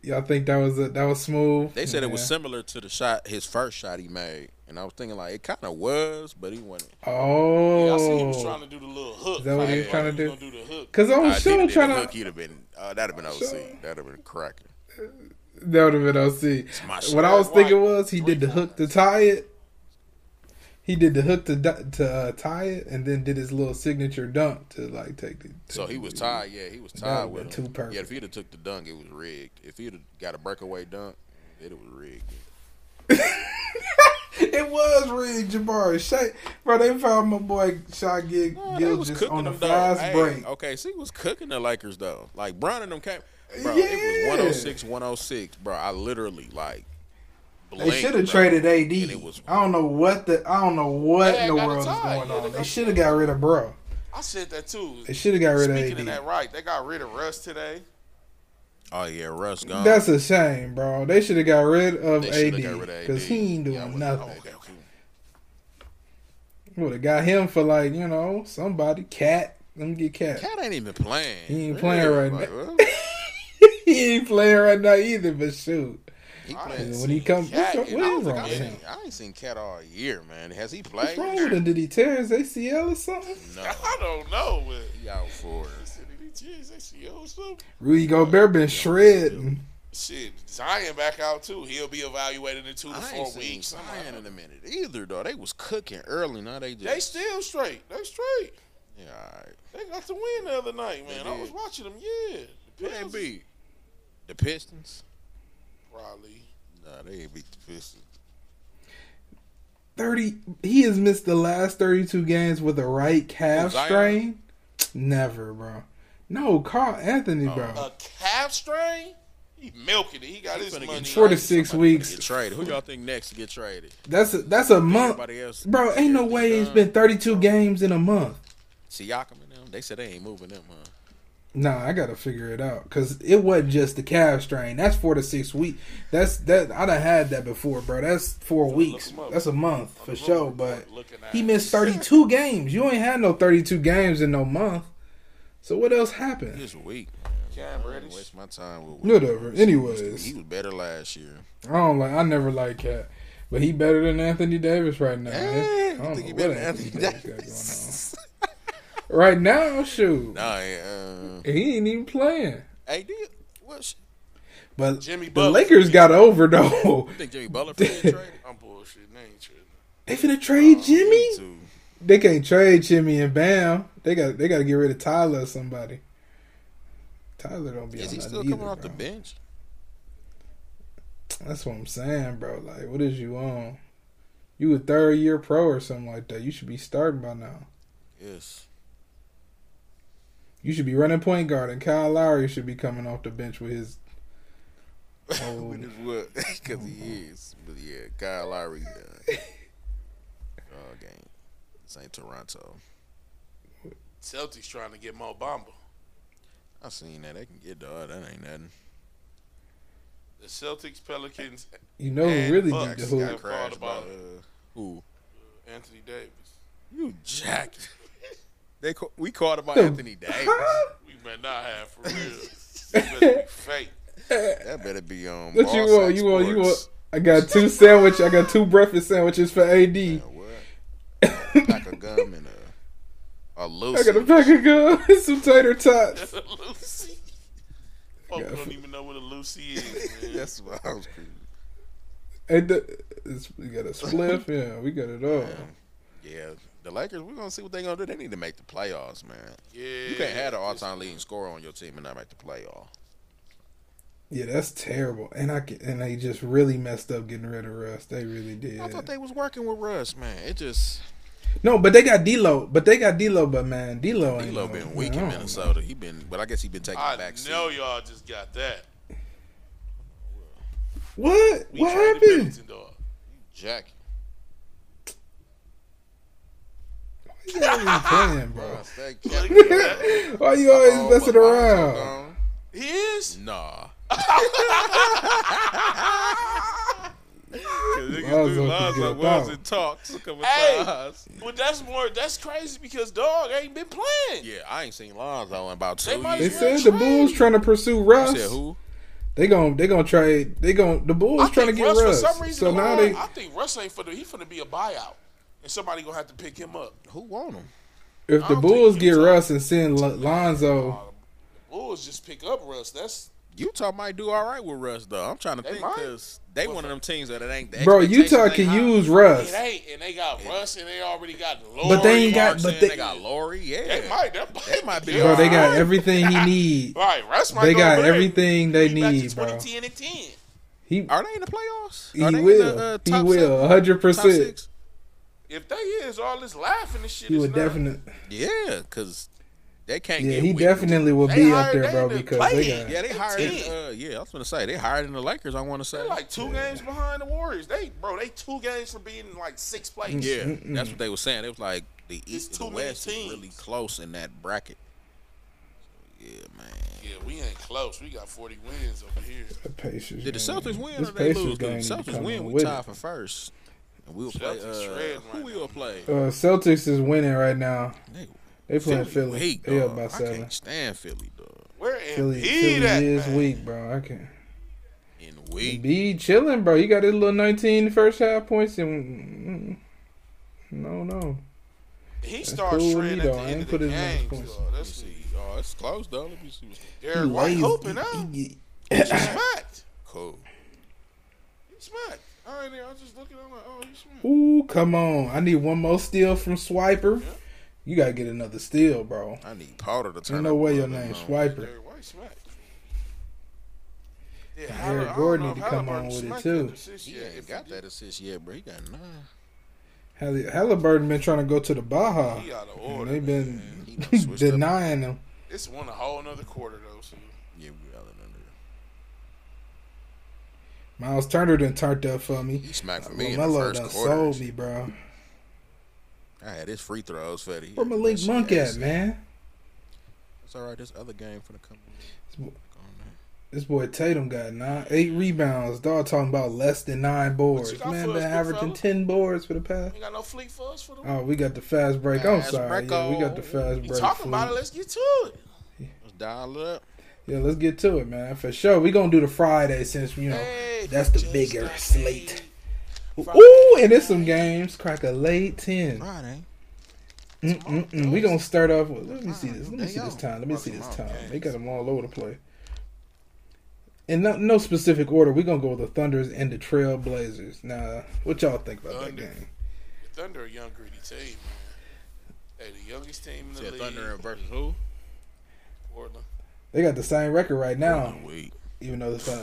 Y'all think that was a, that was smooth? They said it was Yeah. similar to the shot, his first shot he made, and I was thinking like it kind of was, but he wasn't. Oh, Yeah, I see he was trying to do the little hook. Is that what he was Like, trying to he was do? gonna do the hook. Cause on I the show did trying look, to he'd have been. Uh, that'd have been OC. That'd have been cracking. that would have been OC. my What I was shirt. thinking Right. was he did the Three hook to tie it. He did the hook to du- to uh, tie it, and then did his little signature dunk to like take the. So he was tied. Yeah, he was tied would've with been him. too perfect. Yeah, if he'd have took the dunk, it was rigged. If he'd have got a breakaway dunk, it was rigged. It was rigged, Jabari. Shay, bro, they found my boy Shy Gig Nah, they Gil was just cooking on a them though. fast Hey, break. oh, Okay, see, was cooking the Lakers though. Like Brown and them came. Bro, Yeah. it was 106, 106, bro. I literally like. They blinked, should bro. have traded AD. And it was I don't know what the I don't know what Yeah, in the got a world is tie. going Yeah, they on. They got- should have got rid of bro. I said that too. They should have got rid Speaking of of AD. that, right? They got rid of Russ today. Oh yeah, Russ gone. That's a shame, bro. They should have got rid of They shoulda got AD rid of AD. because he ain't doing Yeah, I wasn't- nothing. okay, okay. Would have got him for like you know somebody cat. Let me get cat. Cat ain't even playing. He ain't playing right Like, now. well, he ain't playing right now either, but shoot, He And playing. when he comes, Cat, what and I is was like, wrong I with him? ain't- I ain't seen Cat all year, man. Has he What's played? wrong with him? Did he tear his ACL or something? No, I don't know. but- he out for I said, "Jeez, they see old something." Rudy Gobert been shredding. Shit, Zion back out too. He'll be evaluated in two to I four ain't seen weeks. Zion in a minute either, though. They was cooking early. Now they just They still straight. They straight. yeah, all right. They got the win the other night, man. I did. was watching them. Yeah, the Plan Pels B, the Pistons. probably. Nah, they ain't beat the Pistons. Thirty. He has missed the last thirty-two games with a right calf Who, Zion? strain. Never, bro. No, Carl Anthony, Oh, uh, bro. A calf strain. He milking it. He got his finna get money. Forty-six Get weeks. traded. Who y'all think next to get traded? That's a, that's a month, Everybody else, bro. Ain't no way it's been thirty-two games in a month. Siakam and them. They said they ain't moving them, huh? Nah, I gotta figure it out because it wasn't just the calf strain. That's four to six weeks. That's that I done had that before, bro. That's four weeks. him up. That's a month for sure. up. But Looking at he him. missed thirty two games. You ain't had no thirty two games in no month. So what else happened? This week, Cam I didn't Reddish. waste my time with. Whatever. He Anyways, was better last year. I don't like. I never like Cat, but he better than Anthony Davis right now. Eh, I you don't think he know better what than Anthony Anthony Davis got going on. Right now, shoot, Nah, yeah, he ain't even playing. uh, AD. What? sh- But Jimmy the Butler. Lakers got over though. You think Jimmy Butler for that trade? I'm bullshitting. They ain't tripping. They finna trade Jimmy. Oh, Too. They can't trade Jimmy and Bam. They got they got to get rid of Tyler or somebody. Tyler don't be. Is on he nothing still either, coming off the bro. bench? That's what I'm saying, bro. Like, what is you on? You a third year pro or something like that? You should be starting by now. Yes. You should be running point guard, and Kyle Lowry should be coming off the bench with his. Oh, With his what? Because he is. But yeah, Kyle Lowry. Uh, uh, game. This ain't Toronto. Celtics trying to get Mo Bamba. I seen that. They can get dog. That ain't nothing. The Celtics, Pelicans, you know And who really Bucks need the hoop? got Crashed by, about uh, who? Anthony Davis. You jack. they ca- we called him by The- Anthony Davis. We better not have for real. We better be fake. that better be on. What you want? You want? You want? I got two sandwich. I got two breakfast sandwiches for AD. what? A pack of gum and a a I loose. got a pack of gum and some tater tots. mm-hmm. Lucy. Folk Yeah. don't even know what a Lucy is. Man. That's what I was. Creeping. And the, it's, we got a spliff. Yeah, we got it all. Yeah, the The Lakers, we're gonna see what they're gonna do. They need to make the playoffs, man. Yeah, You can't have the all-time leading scorer on your team and not make the playoff. Yeah, that's terrible. And I can, and they just really messed up getting rid of Russ. They really did. I thought they was working with Russ, man. It just No, but they got D'Lo. But they got D'Lo. But man, D'Lo ain't D'Lo no- been weak in man, I don't know. Minnesota. He been, but I guess he been taking I a back seat. know y'all just got that. What? We what traded happened? Middleton, dog. Jack, You always playing, bro. Russ, that Look Jack. at that. Why you always messing around? Gone. He is. Nah, Lonzo could get was out. in talks. Come Hey. us. But that's more. That's crazy because dog ain't been playing. Yeah, I ain't seen Lonzo in about two They might They years. as said the Bulls trying to pursue Russ. You said who? They gon' they gonna trade. They gon' the Bulls trying to think get Russ. For some reason, so now LeBron- they I think Russ ain't for the. He finna be a buyout, and somebody gonna have to pick him up. Who want him? if I the don't think Bulls get Utah- Russ and send L- Lonzo, Bulls just pick up Russ. That's Utah might do all right with Russ though. I'm trying to They think might. because they one of them teams that it ain't. The bro, expectations Utah ain't can high. use it Russ. ain't, and they got Russ, and they already got Lord. But they ain't got- but they, they- got Laurie. Yeah, They might. That might They might be Bro, they got Alright. everything he need. Right, Russ might They go got over there. everything they He back to need, bro. 20, 10 and 10. He Are they in the playoffs? he Are they in will. the, uh, he top will. seven? One hundred Top percent. six? If they is all this laughing and shit, He is would not- definitely. Yeah, because they can't. Yeah, get he with- definitely will They be up hired- there, they bro. been Because they playing. got. Yeah, they hired. Ten. Uh, yeah, I was gonna say they hired in the Lakers. I want to say. They're like two games behind the Warriors. They bro, they two games from being in like sixth place. yeah, that's what they were saying. It was like the East, too and the many West is teams. really close in that bracket. So, yeah, man. Yeah, we ain't close. We got forty wins over here. The Pacers. Did the man. Celtics win This or they Pacers lose? game If need the to Celtics come win, on we with tie it. for first, and we'll play. Celtics Uh, shredding who right we'll play? Uh, Celtics is winning right now. Nigga, They playing Philly. weak, they up dog. by I seven. can't stand Philly, dog. Where Philly, Embiid Philly at? is man? weak, bro. I can't. In weak. Be chilling, bro. You got his little 19 first half points, and mm, no, no. He starts cool with shredding me, at though. I the end ain't of the put his numbers game. close. dog. That's See, oh, it's close though. Let me see what's Derrick White He hoping lazy. out. He- He smacked. cool. He smacked. I ain't there. I was just looking. I'm like, oh, he smacked. Ooh, come on. I need one more steal from Swiper. You got to get another steal, bro. I need Potter to turn. Ain't no up way your the name ball. Swiper. Derrick White smacked. Yeah, Eric Halliburton- I don't Gordon know need if to come Halliburton on with it, smacked too. that assist He yet. ain't If got he that assist yet, bro. He got nine. Halli- Halliburton been trying to go to the Baja. did, He out of and order. They've been He done switched up. denying him. It's one a whole another quarter though. So. Yeah, we out of under. Miles Turner done turned up for me. He smacked for me in the Lamelo first done quarter. sold me, bro. I had his free throws for the. Where Malik Monk at, man? It's all right. This other game for the company. This boy Tatum got nine, eight rebounds. Dog talking about less than nine boards. you got Man, for been us, big averaging fella? ten boards for the past. Ain't got no fleet for us for the. Oh, we got the fast break. I'm Fast sorry. break, Yeah, we got the oh. fast You break. talking about it? fool. Let's get to it. Let's dial up. Yeah, let's get to it, man. For sure. we going to do the Friday since, you know, Hey, that's the just bigger like slate. Friday. Ooh, and there's some games. Crack a late 10. Friday. Mm-mm-mm. we going to start off with, let me see this. Let me They see this on. time. Let me see Fucking this on time. They got them all over the place. In no, no specific order, we're going to go with the Thunders and the Trailblazers. Now, what y'all think about Thunder. that game? The Thunder, a young gritty team, man. Hey, the youngest team in the Said league. Thunder versus who? Portland. They got the same record right now, Week even though the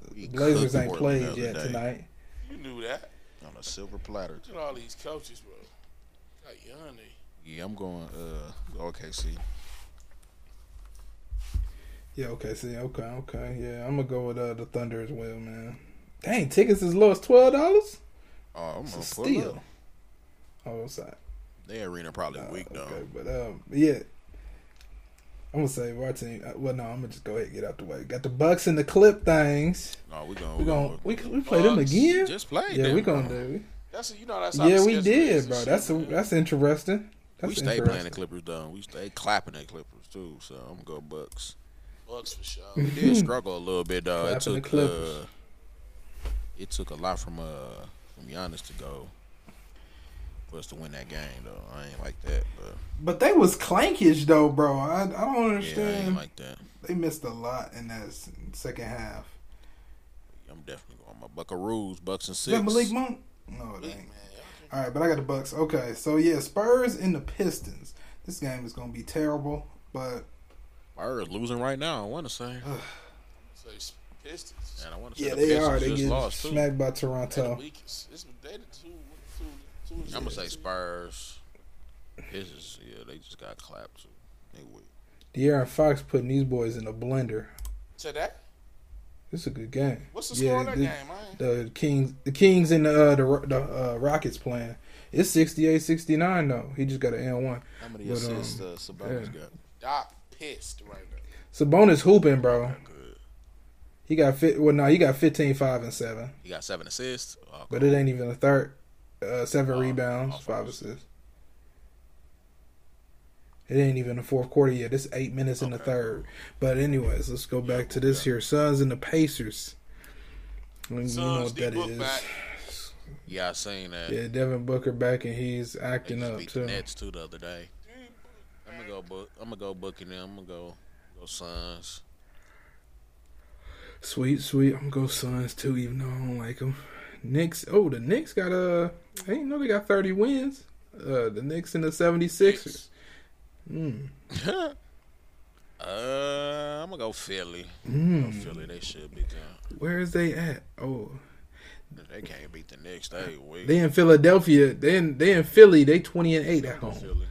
uh, We Blazers cooked ain't Portland the played other yet day. tonight. You knew that. on a silver platter. Look at all these coaches, bro. Got young. They. Yeah, I'm going. Uh, OKC. Yeah, okay, see, okay, okay. Yeah, I'm gonna go with uh, the Thunder as well, man. Dang, tickets as low as twelve dollars? Oh, I'm It's gonna a pull steal. up. Oh, sorry. Their arena probably weak though. Okay, but um yeah. I'm gonna say our team uh, well no, I'm gonna just go ahead and get out the way. Got the Bucks and the clip things. No, we gonna We gonna we we play them Bucks, again? just play. Yeah, them, we gonna bro. do That's you know that's. it. How Yeah, the we schedule is did, and bro. shit, That's a, man. that's interesting. That's we stay playing the interesting. Clippers though. We stay clapping the Clippers too. So I'm gonna go Bucks. Bucks for sure. We did struggle a little bit though. It Hmm. Clapping the took Clippers. uh, it took a lot from uh from Giannis to go for us to win that game though. I ain't like that, but But they was clankish though, bro. I I don't yeah, I ain't understand. like that. they missed a lot in that s- second half. I'm definitely going my Buckaroos, Bucks and Is that six. Malik Monk? No, it Weak, ain't. man. Y'all All right, but I got the Bucks. Okay, so yeah, Spurs and the Pistons. This game is gonna be terrible, but Spurs losing right now. I want to say, So it's Pistons. and I want to say yeah, the they Pistons are. They just get lost too. smacked by They the Toronto. weakest. It's they the two, two, two. I'm gonna say Spurs. This is yeah. They just got clapped. They weak. De'Aaron Fox putting these boys in a blender. Today? It's a good game. What's the score on that the, game? I ain't- The Kings, the Kings and the uh, the, Ro- the uh, Rockets playing. It's 68-69 though. He just got an N one. How many But, assists um, uh, Sabonis yeah. got? Doc pissed right now. Sabonis hooping, bro. He got fit. Well, no, he got 15, 5, and seven. He got seven assists. Oh, But it ain't even a third. Uh, seven Oh, rebounds, five assists. It ain't even the fourth quarter yet. It's eight minutes in the third. But anyways, let's go back to this here. Suns and the Pacers. I don't even know Suns, what D that Book is. back. yeah, I seen that. Yeah, Devin Booker back and he's They acting just up beat the too. Nets too the other day. I'm gonna go book. I'm gonna go booking them. I'm gonna go go Suns. Sweet, sweet. I'm gonna go Suns too, even though I don't like them. Knicks. Oh, the Knicks got uh, I didn't know they got 30 wins. Uh, the Knicks and the 76ers. uh, I'm gonna go Philly. Hmm. Go Philly. They should be good. Where is they at? Oh, They can't beat the Knicks. They weak. They in Philadelphia. They in they in Philly. They twenty and eight at home. Philly.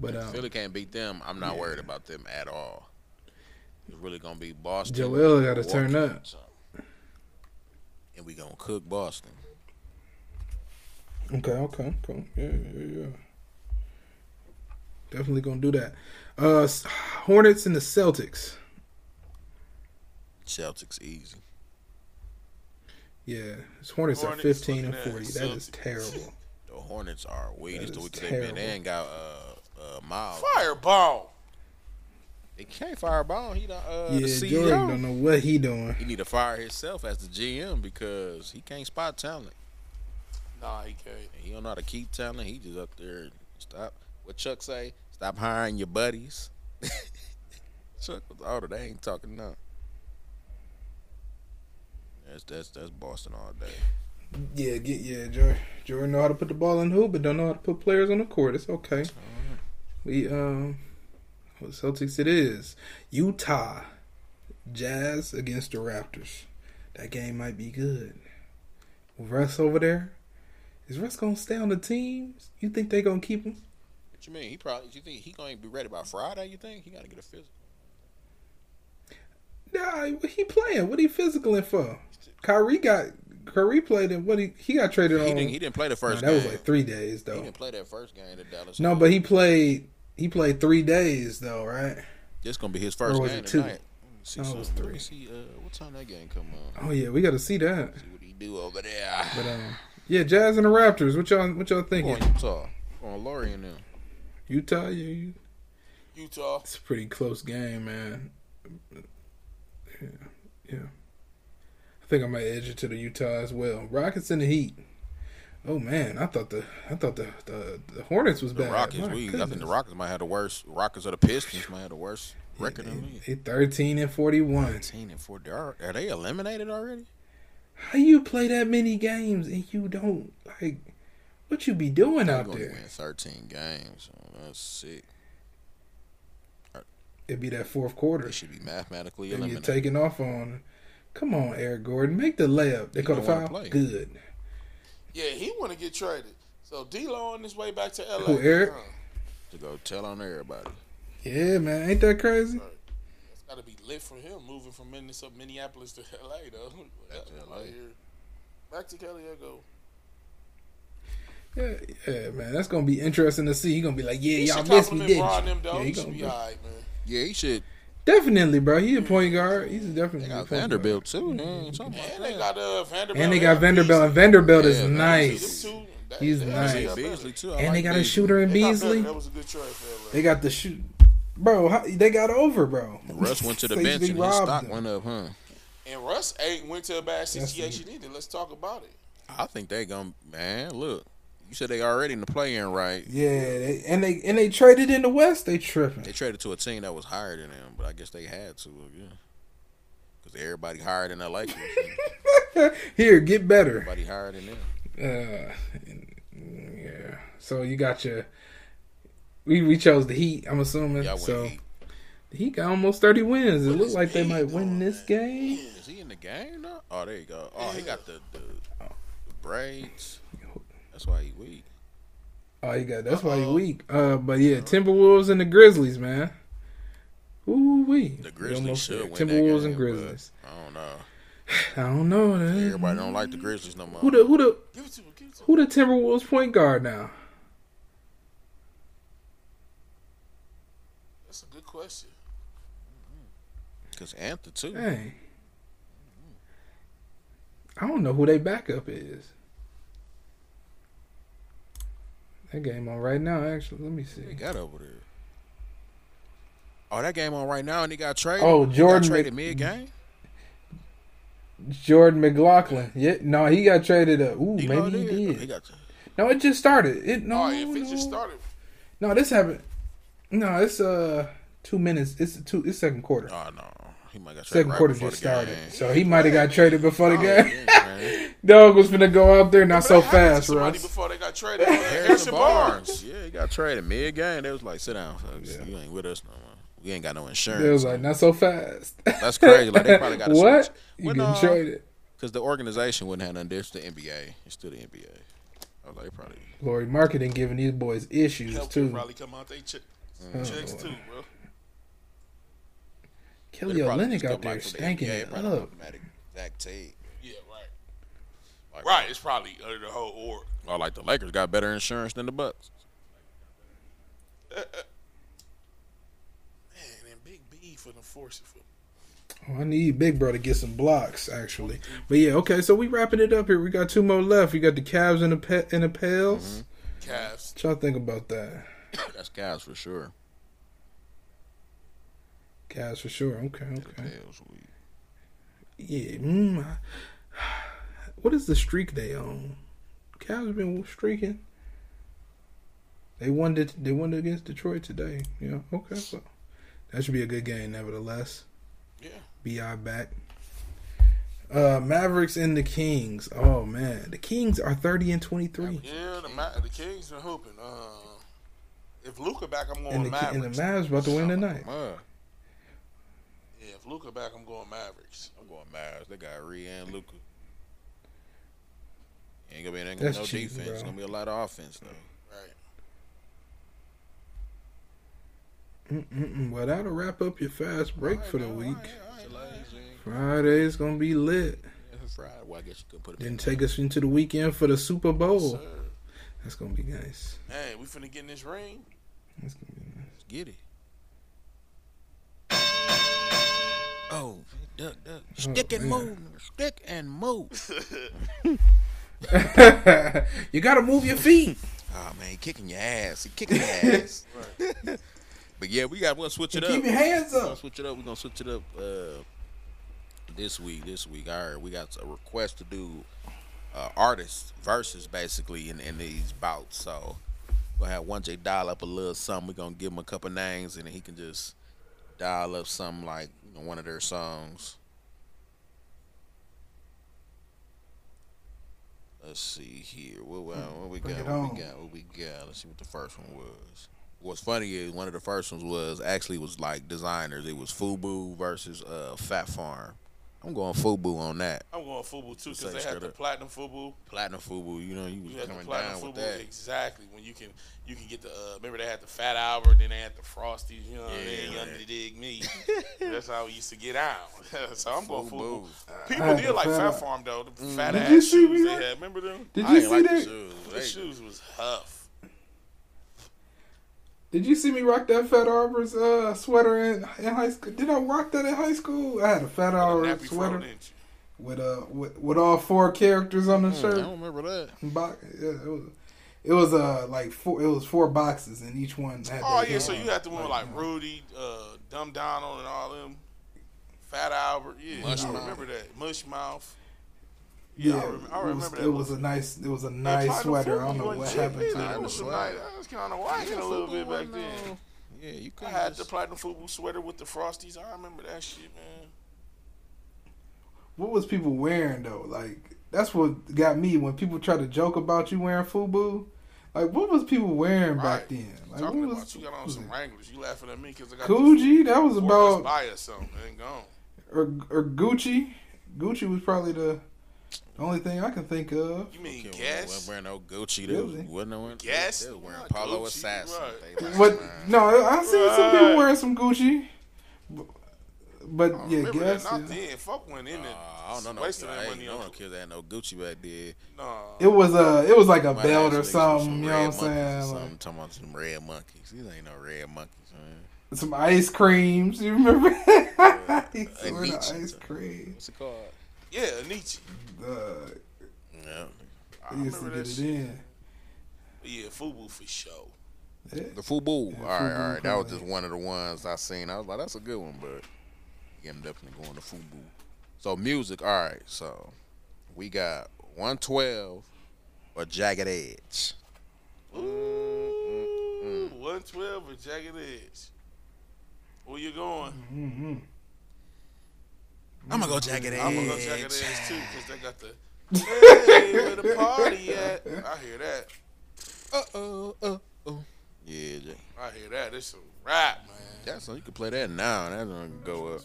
But um, Philly can't beat them. I'm not worried about them at all. It's really gonna be Boston. Joel gotta turn Milwaukee, up. so. And we gonna cook Boston. okay, okay, cool. Yeah, yeah, yeah. Definitely gonna do that. Uh, S- Hornets and the Celtics. Celtics easy. Yeah, it's Hornets, Hornets, are fifteen and look at forty. that. That is Celtics. terrible. The Hornets are weak. It's the is weakest they've been. They terrible. ain't got uh, uh Miles. Fireball. They can't fire Bone. He done, uh, the yeah, CEO. Jordan don't know what he doing. He need to fire himself as the GM because he can't spot talent. Nah, he can't. And he don't know how to keep talent. He just up there and stop. What Chuck say? Stop hiring your buddies. Chuck was older. They ain't talking now. That's that's that's Boston all day. Yeah, get yeah. Jordan, Jordan know how to put the ball in the hoop, but don't know how to put players on the court. It's okay. We um, what Celtics it is. Utah Jazz against the Raptors. That game might be good. Russ over there. Is Russ gonna stay on the team? You think they gonna keep him? What you mean? He probably you think he gonna be ready by Friday? You think he gotta get a physical? Nah, what he playing? What he physicaling for? Kyrie got Kyrie played him. What he he got traded He on? didn't. He didn't play the Nah, first. that was game. like three days He though. didn't play that first game to Dallas. No, but he played. He played three days though, right? This gonna be his first Or was game it two? tonight. Let me see No, it was something. Let me three. see, uh, what time that game come on? Oh yeah, we got to see that. See what he do over there. But um, yeah, Jazz and the Raptors. What y'all what y'all Who on thinking? Utah? Who on Laurie and them? Utah, you, you- Utah. it's a pretty close game, man. Yeah, yeah. I think I might edge it to the Utah as well. Rockets and the Heat. Oh man, I thought the I thought the the, the Hornets was The bad. Rockets. My We, I think goodness. the Rockets might have the worst. Rockets or the Pistons might have the worst record in the league. They thirteen and forty one. 18 and 4. They Are, are they eliminated already? How you play that many games and you don't like what you be doing They're out going to win there? 13 games. Oh, that's sick. It'd be that fourth quarter. They should be mathematically They get eliminated. taken off on. Come on, Eric Gordon, make the layup. They call a don't wanna foul. play. Good. Yeah, he want to get traded. So D'Lo on his way back to LA. Who, Eric? Huh. to go tell on everybody. Yeah, man, ain't that crazy? It's got to be lit for him moving from Minnesota, Minneapolis to LA though. Back to LA. Here. Back to Kelly Ego. Yeah, yeah, man, that's gonna be interesting to see. He gonna be like, yeah, He y'all should missed me, compliment didn't Bron you? them though. Yeah, he he should gonna be be- all right, man. Yeah, he should. Definitely, bro. He a point guard. He's They definitely a got point guard. Vanderbilt, too. Man. Something like And they that. got uh, Vanderbilt. and they got Beasley. Vanderbilt, and Vanderbilt Yeah, is man. nice. Them two, they- He's they got nice. better. Beasley, too. I and they like got a Beasley. shooter in They got better. Beasley. That was a good trade for LA. They got the shoot, bro. How, they got over, bro. Russ went to the They- they bench and his robbed stock them. went up, huh? And Russ ain't went to a bad situation it. either. Let's talk about it. I think they gonna man. Look, you said they already in the play-in, right? Yeah, they, and they and they traded in the West. They They tripping. traded to a team that was higher than them, but I guess they had to, yeah, because everybody higher than the Lakers, Here, get better. everybody higher than them. Uh, Yeah. So you got your. We we chose the Heat. I'm assuming. Y'all went so Heat. the Heat got almost 30 wins. It looked like they might win this game. Is he in the game now? Oh, there you go. Oh, he got the, the, the braids. That's why he weak. Oh, you got that's why you weak. Uh, but Uh-huh. yeah, Timberwolves and the Grizzlies, man. Ooh wee. The Grizzlies should win that Timberwolves game, and but Grizzlies. I don't know. I don't know. Man. Everybody don't like the Grizzlies no more. Who the who the Give it to him. Give it to him. who the Timberwolves point guard now? That's a good question. Because Anthem, too. Dang. I don't know who they backup is. That game on right now. Actually, let me They see. got over there. Oh, that game on right now, and he got traded. Oh, He Jordan got traded Mc- mid game. Jordan McLaughlin. Yeah, no, he got traded up. Ooh, maybe he did. He got t- No, it just started. It no. Oh, yeah, if it no. just started, No, this happened. No, it's uh two minutes. It's two. It's second quarter. oh no, he might got traded second right quarter before just the started, game. so he might have got traded before Oh, the Yeah, game. man. Dog was finna go out there not so That happened to fast, somebody Russ. Before they got traded, Harrison Harrison Barnes. Barnes. Yeah, he got traded mid game. They was like, sit down, folks. You ain't with us no more. We ain't got no insurance. It was like not so fast. That's crazy. Like they probably got a what switch. uh, you Well, getting no, traded? Because the organization wouldn't have nothing different to the NBA. It's still the NBA. I was like, probably. Lori marketing giving these boys issues Help him too. probably come out they check, Mm. checks too, bro. Kelly they probably Olynyk just out come there back from the stanking NBA, it probably up. automatic Zach Teague. Yeah, right. Like, Right, it's probably under the whole org. Or like the Lakers got better insurance than the Bucks. Man, and Big B for the force it for Oh, I need Big Bro to get some blocks, actually. But yeah, okay. So we wrapping it up here. We got two more left. We got the Cavs and the pe- and the Mm-hmm. Pels. Cavs. What y'all think about that? That's guys for sure. Cavs for sure. Okay, okay. Pels weak. Yeah. Mm, I- what is the streak they on? Cavs been streaking. They won. It, they won against Detroit today. Yeah. Okay. So that should be a good game, nevertheless. Yeah. Bi back. Uh, Mavericks and the Kings. Oh man, the Kings are thirty and twenty three, Yeah, the Ma- the Kings are hooping. Uh, if Luca back, I'm going and the Ki- and the Mavericks. Mavs about to win tonight. Man, yeah, if Luca back, I'm going Mavericks. I'm going Mavs. They got Ree and Luca. Ain't gonna be ain't gonna That's be no cheating, defense. It's bro. gonna be a lot of offense though. Right. Mm-mm-mm. Mm, Well, that'll wrap up your fast break for the week. It's lazy. Friday's gonna be lit. Friday. Well, I guess you could put it. Then in. take us into the weekend for the Super Bowl. That's gonna be nice. Hey, we finna get in this ring. That's gonna be nice. Get it. Oh, duck, duck. Stick and man. move. Stick and move. you gotta move your feet. oh man, he kicking your ass. He kicking your ass. but yeah, we got. We'll switch it up. Keep your hands We're gonna up. switch it up. We're gonna switch it up uh, this week. This week, all right. We got a request to do uh, artists versus basically in, in these bouts. So we're gonna have one J dial up a little something. We're gonna give him a couple names, and then he can just dial up something like you know, one of their songs. Let's see here. What, what, uh, what we Bring got? it What on. we got? What we got? Let's see what the first one was. What's funny is one of the first ones was actually was like designers. It was Fubu versus uh, Fat Farm. I'm going Fubu on that. I'm going Fubu too because Say they straight had the up. platinum Fubu. Platinum Fubu, you know, you was You had the coming platinum down with that. Fubu exactly when you can you can get the uh, remember they had the Fat Albert, then they had the Frosty. You know, what I mean? Yeah. under the dig me. That's how we used to get out. so I'm going Fubu. Fubu. I People had did the like Fat Fat Al- Farm though. The fat Did ass you see me shoes they like- had. Remember them? Did I you ain't see like the that? shoes. The They- shoes was tough. Did you see me rock that Fat Arbor's uh, sweater in, in high school? Did I rock that in high school? I had a Fat Arbor Nappy fro, sweater didn't you? with uh with, with all four characters on the Mm, I shirt. don't remember that. Box, yeah, it was it was uh like four it was four boxes and each one had Oh their yeah, so own. you had the one like Rudy, uh, Dumb Donald, and all them. Fat Albert, yeah, I remember that. Mush Mouth. Yeah, I, remember, I it was- remember that. It look. was a nice it was a That nice platinum sweater. Fubu I don't know wasn't what cheap happened either. to That it. was some nice. I was kind of watching a little bit back then. Yeah, you I could had have the platinum Fubu sweater with the Frosties. I remember that shit, man. What was people wearing though? Like that's what got me when people try to joke about you wearing FUBU. Like, what was people wearing back Right. then? Like, Talking what about was you got on some Wranglers. You laughing at me because I got this Gucci? That was about about buy us something and gone. or, or Gucci. Gucci was probably the the only thing I can think of. You mean Wasn't gas? wearing no Gucci. They was, Really? wasn't no wearing Guess? They was wearing Not Polo Gucci, Assassin. right. They like, But man. no, I seen some people Right. wearing some Gucci. But, but yeah, Remember that? gas. Not yeah. then. Fuck when in Uh, it. I don't know. No, Wasting I that ain't- money no on. one kids had no Gucci back then. Nah. It was uh, it was like a My belt ass niggas or was something. some You know red what I'm saying? monkeys or Like, Something talking about some red monkeys. These ain't no red monkeys, man. some ice creams. You remember? Ice- They wearing the beat you. ice cream. What's it called? Yeah, Nietzsche. Uh, Yeah. I they used to remember get that it shit. in. Yeah, FUBU for sure. Yeah. The Fubu. all right, Fubu all right. That was Clan. just one of the ones I seen. I was like, that's a good one, but yeah, I'm definitely going to Fubu. So music, all right. So we got 112 or Jagged Edge. Ooh, 112 or Jagged Edge. Where you going? I'm gonna go Jagged Edge. I'm gonna go Jagged Edge too, because they got the. hey, where the party at? I hear that. Uh oh, uh oh. Yeah, Jack. I hear that. It's a rap, man. That song you can play that now. That's gonna go up.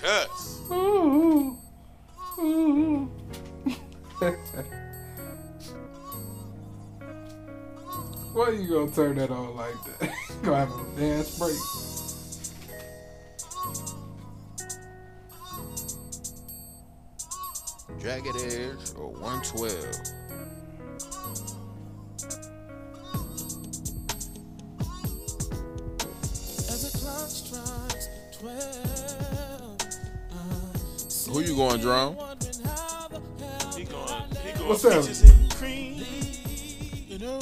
Cuts. Ooh, ooh, ooh. Why you gonna turn that on like that? gonna have a dance break. Jagged Edge or 112. As the clock strikes twelve, Who you going, Drum? wondering how the hell He going. He going. What's up? peaches and cream. you know.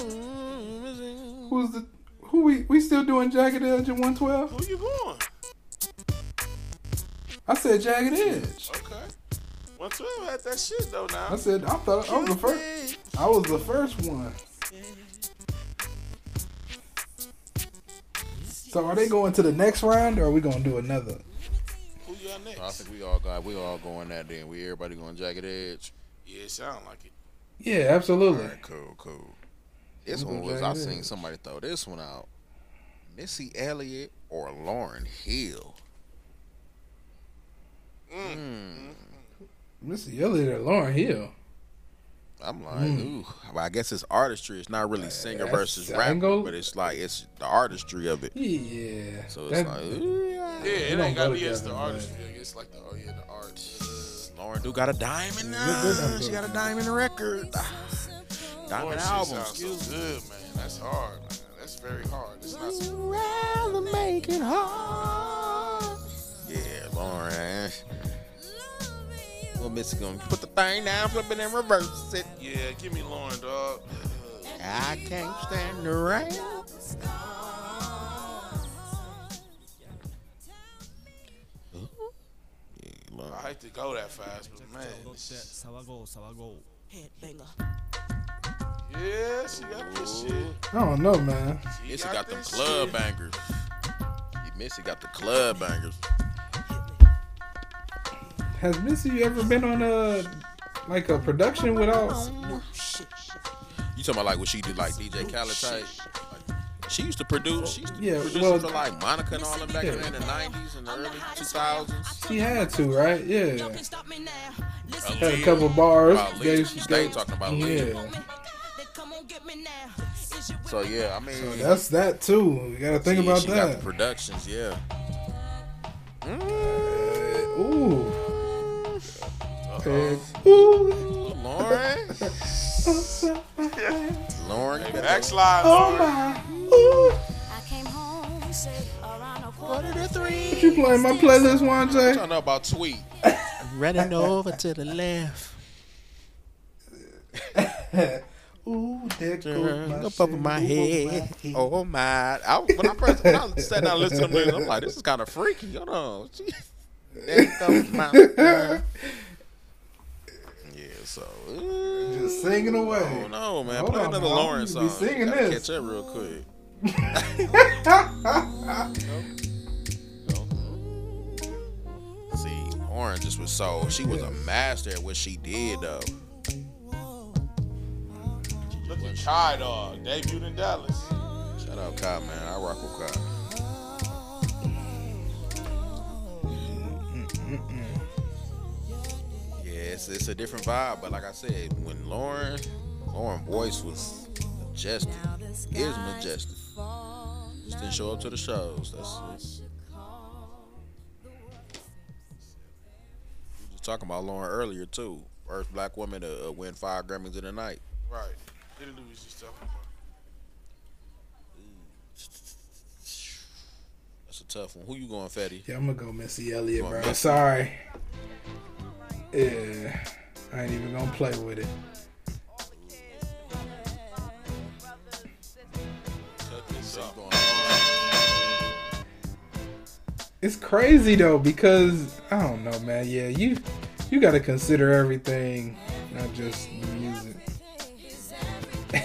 Who's the who we we still doing Jagged Edge in 112? Who you going? I said Jagged Edge. Okay. 112 had that shit though. Now. I said I thought I was the first. I was the first one. So are they going to the next round or are we gonna do another? Who y'all next? I think we all got we all going that then. We everybody going Jagged Edge. Yeah, it sound like it. Yeah, absolutely. All right, cool, cool. This Ooh, one was I Jagged seen Edge. somebody throw this one out. Missy Elliott or Lauren Hill? Missy Elliott or Lauren Hill. I'm like, ooh. Well, I guess it's artistry. It's not really singer Mm. that's- versus I ain't rapper, gonna- but it's like it's the artistry of it. Yeah. So it's That- like, ooh, yeah. Yeah, it don't ain't go gotta be as the together, artist. yeah, It's like the oh yeah, the art. Lauren do got a diamond. they're not Ah, Uh, she good. got a diamond record. Ah, Uh, Diamond that album. sounds so good, man. That's hard, man. That's very hard. It's not. Yeah, Lauren. Well, Missy gonna put the thing down, flip it and reverse it. Yeah, give me Lauren, dog. I can't stand the rain. Yeah, I Lauren. hate to go that fast, but man. this- Yeah, she got this shit. I don't know, man. She Missy got the this club shit. bangers. Missy got the club bangers. Has Missy ever been on a like a production without? You talking about like what she did, like Oh, DJ Khaled type? Like, She used to produce. She used to Yeah, produce well- for like Monica and all them back Yeah. in the '90s and the early 2000s. She had to, right? Yeah. Don't please stop me now. Listen Had a couple bars. About Leah. Gave, She gave, stayed talking about Leah. yeah. to me. They come on, get me now. Is you with So me? yeah, I mean, That's that too. We gotta think yeah, about she Got that. the productions, yeah. Ooh. Uh, Ooh. Lauren, Lauren, you better- Backslide. Oh Lauren. my. Ooh. I came home, say, around a quarter Quarter to three. You playing my playlist, Juan I J? don't know about tweet. Running over to the left. Ooh, that Turn goes up over my head. Oh my! I, when I first when I sat down and listened to this, I'm like, this is kind of freaky. Hold on, Jeez. There goes my- uh-huh. yeah. So ooh, Just singing I away. don't know, man. Hold Play on, another man. Lauren You be song. singing Gotta this. Catch that real quick. See, Lauren just was so she was a master at what she did though. Look at Kai Dog, debuted in Dallas. Shout out Kai, man. I rock with Kai. Yeah, it's, it's a different vibe, but like I said, when Lauren, Lauren voice was majestic, is majestic. Just didn't show up to the shows. That's it. We Just talking about Lauren earlier too. First black woman to uh, win five Grammys in a night. Right. Literally was just talking about. That's a tough one. Who you going, Fetty? Yeah, I'm gonna go Missy Elliott, Come on, bro. Missy. Sorry. Yeah, I ain't even gonna play with it. Cut this up. It's crazy though because I don't know, man. Yeah, you you gotta consider everything, not just the music.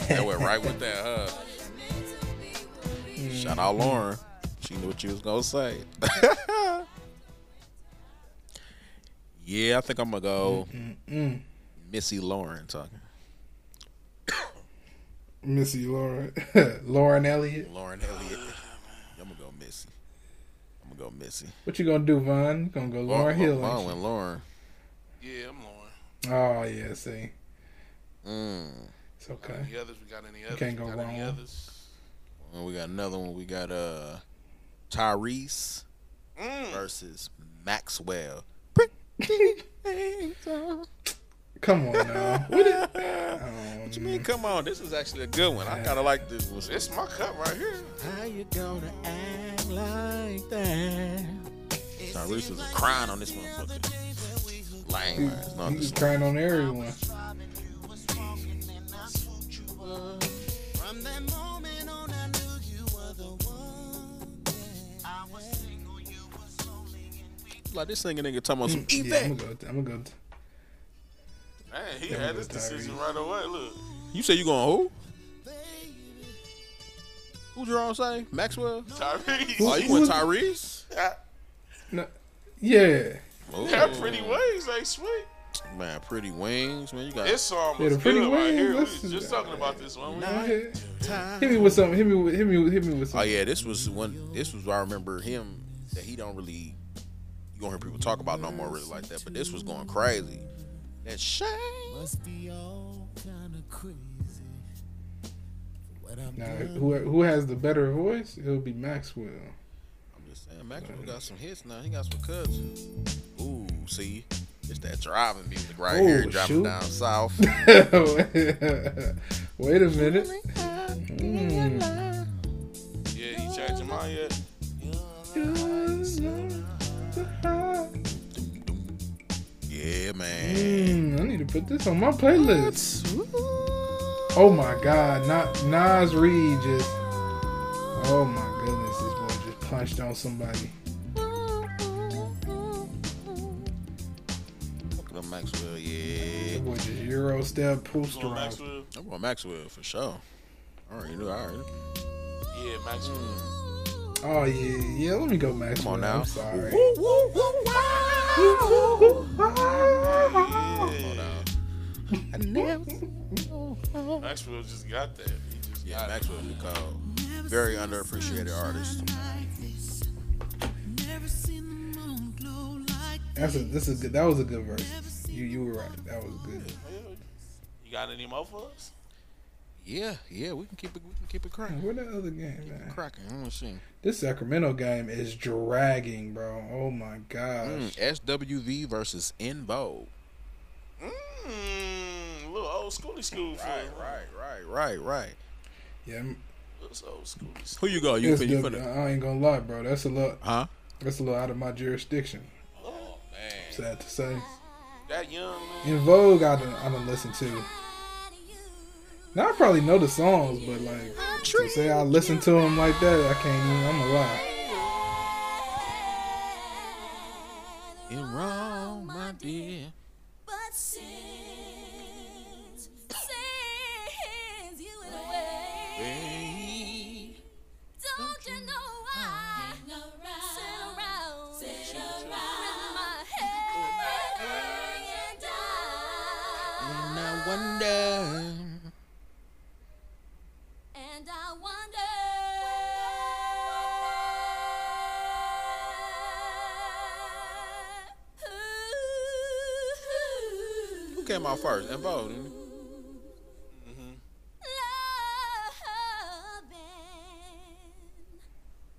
That went right with that, huh? Shout out Lauren. She knew what you was gonna say. yeah, I think I'm gonna go Missy Lauren talking. Missy Lauren, Lauren Elliott. Lauren Elliott. I'm gonna Oh, go Missy. I'm gonna go Missy. What you gonna do, Von? You gonna go Lauren Hill? Lauren, ain't went Lauren. Yeah, I'm Lauren. you? Oh yeah, see, Mm. it's okay. Any others? We got any others? can't We go got any wrong. others? And we got another one. We got uh Tyrese Mm. versus Maxwell. Come on now. What is- Oh, What you mean? Come on, this is actually a good one. I kind of like this one. It's my cup right here. How you gonna act like that? Tyrese was crying on this motherfucker. Lame, man. It's not He was this crying on everyone. like this singing nigga talking about some Yeah, Yvette. I'm gonna go. with- I'm gonna go. Man, he had this decision right away. Look, You say you going who? Who's your own say? Maxwell? Tyrese. Oh, you went Tyrese? No, yeah, That pretty ways, ain't sweet. Oh, Man, pretty wings, man. You got This song Yeah, was the Pretty good right Wings, here. We this was is- just talking about this one. We Go ahead. Hit me with something. Hit me with. Hit me. with- Hit me with Oh something. yeah, this was one. This was I remember him that he don't really you don't hear people talk about no more really like that. But this was going crazy. That shame. Now, who who has the better voice? It'll be Maxwell. I'm just saying, Maxwell got some hits now. He got some cuts. Ooh, see, it's that driving music right Oh, here, driving shoot. down south. Wait a minute. Yeah, he changed his mind yet? yeah, man. Mm, I need to put this on my playlist. Oh my God! Not Nas Reed just. Oh my goodness! This boy just punched on somebody. Look at him, Maxwell. Yeah, That boy just Euro step poster. Going Maxwell? I'm going Maxwell for sure. All right, you know, all right. Yeah, Maxwell. Oh yeah, yeah. Let me go Maxwell. Come on now. I'm sorry. Yeah, Maxwell just got that. He just Yeah, got Maxwell Nicole, very underappreciated artist. That's a, this is good. That was a good verse. You you were right. That was good. it. Yeah. You got any more for us? Yeah, yeah, we can keep it, we can keep it cracking, Where that other game, man? cracking. I'm gonna see. This Sacramento game is dragging, bro. Oh my gosh. Mm, SWV versus In Vogue. Mm, a little old schooly school for right, right. Right, right, right. Yeah, I'm- Looks old schooly. school. Who you go? You it's finna, you good. finna, I ain't gonna lie, bro. That's a lot. huh? That's a little out of my jurisdiction. Oh man, Sad to say. that young man. In Vogue, I done, I done listened to. Now I probably know the songs, but like to say I listen to them like that, I can't even. I'm a lie. In wrong, my dear. But since, since you went away, don't you know I sit around, sit around with my head hanging down? And I wonder And I wonder who- Who came out first? And vote.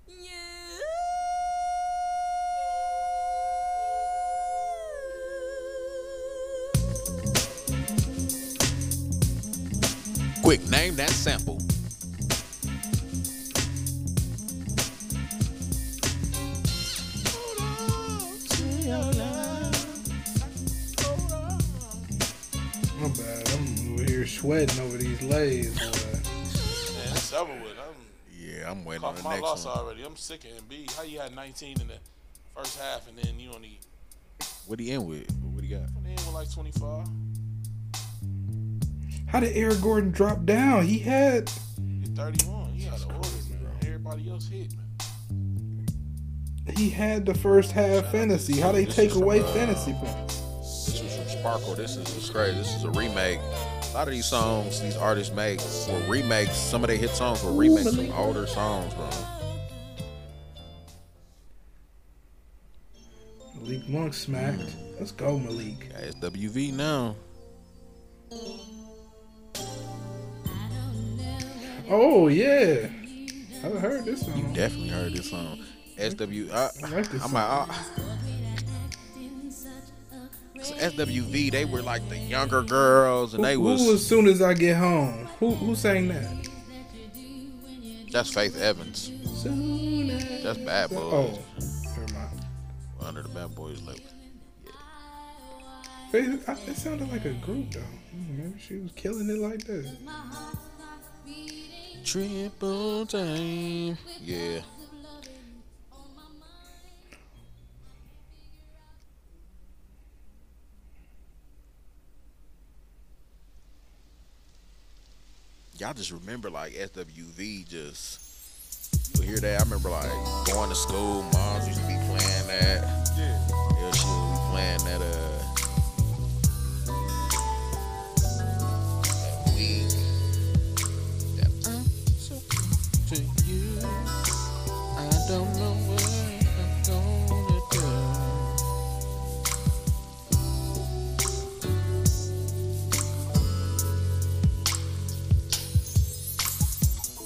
loving you. Quick, name that sample. My bad. I'm over here sweating over these lays. boy. Man, it's over with. I'm Yeah, I'm waiting on caught the my loss next one. already. I'm sick of Embiid. How you had 19 in the first half and then you only uh, What he in with? What he got? went in with like 25? How did Eric Gordon drop down? He had. You're 31. You got the orders, man. Everybody else hit, man. He had the first half fantasy. How they take away uh, fantasy points? This was from Sparkle. This is it's crazy. This is a remake. A lot of these songs these artists make were remakes. Some of their hit songs were remakes from older songs, bro. Malik Monk smacked. Mm. Let's go, Malik. Yeah, it's WV now. Oh yeah, I've heard this song. Definitely heard this song. SW, I, I like this I'm song. like, I- so SWV. They were like the younger girls, and Who, they who was, was soon as I get home? Who who sang that? that's Faith Evans. Soon as That's Bad I- Boys Oh, never mind. under the Bad Boys label. Faith- I- It sounded like a group though. Hmm, Maybe she was killing it like this. Triple time. Yeah. Y'all just remember like SWV just you hear that. I remember like going to school, moms used to be playing that. Yeah. Yeah, she would be playing that uh that week.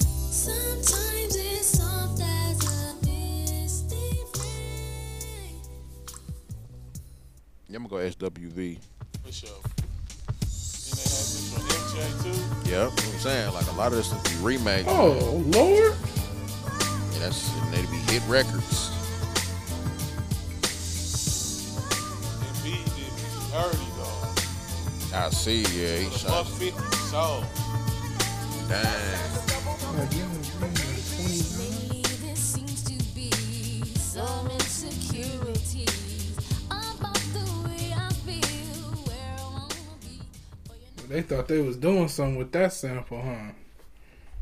Sometimes it's soft as a misty rain. Yeah, I'm gonna go SWV. For sure. Then they had this one, MJ Yep, too. you know what I'm saying like a lot of this would be remakes. Oh Lord, and that's and they'd be hit records. Embiid did 30, though. I see, yeah, he The buck shot 50 sold. dang. Like, you know, you know, like 29. Lately, there seems to be some insecurities about the way I feel, where I wanna be. But you They thought they was doing something with that sample, huh?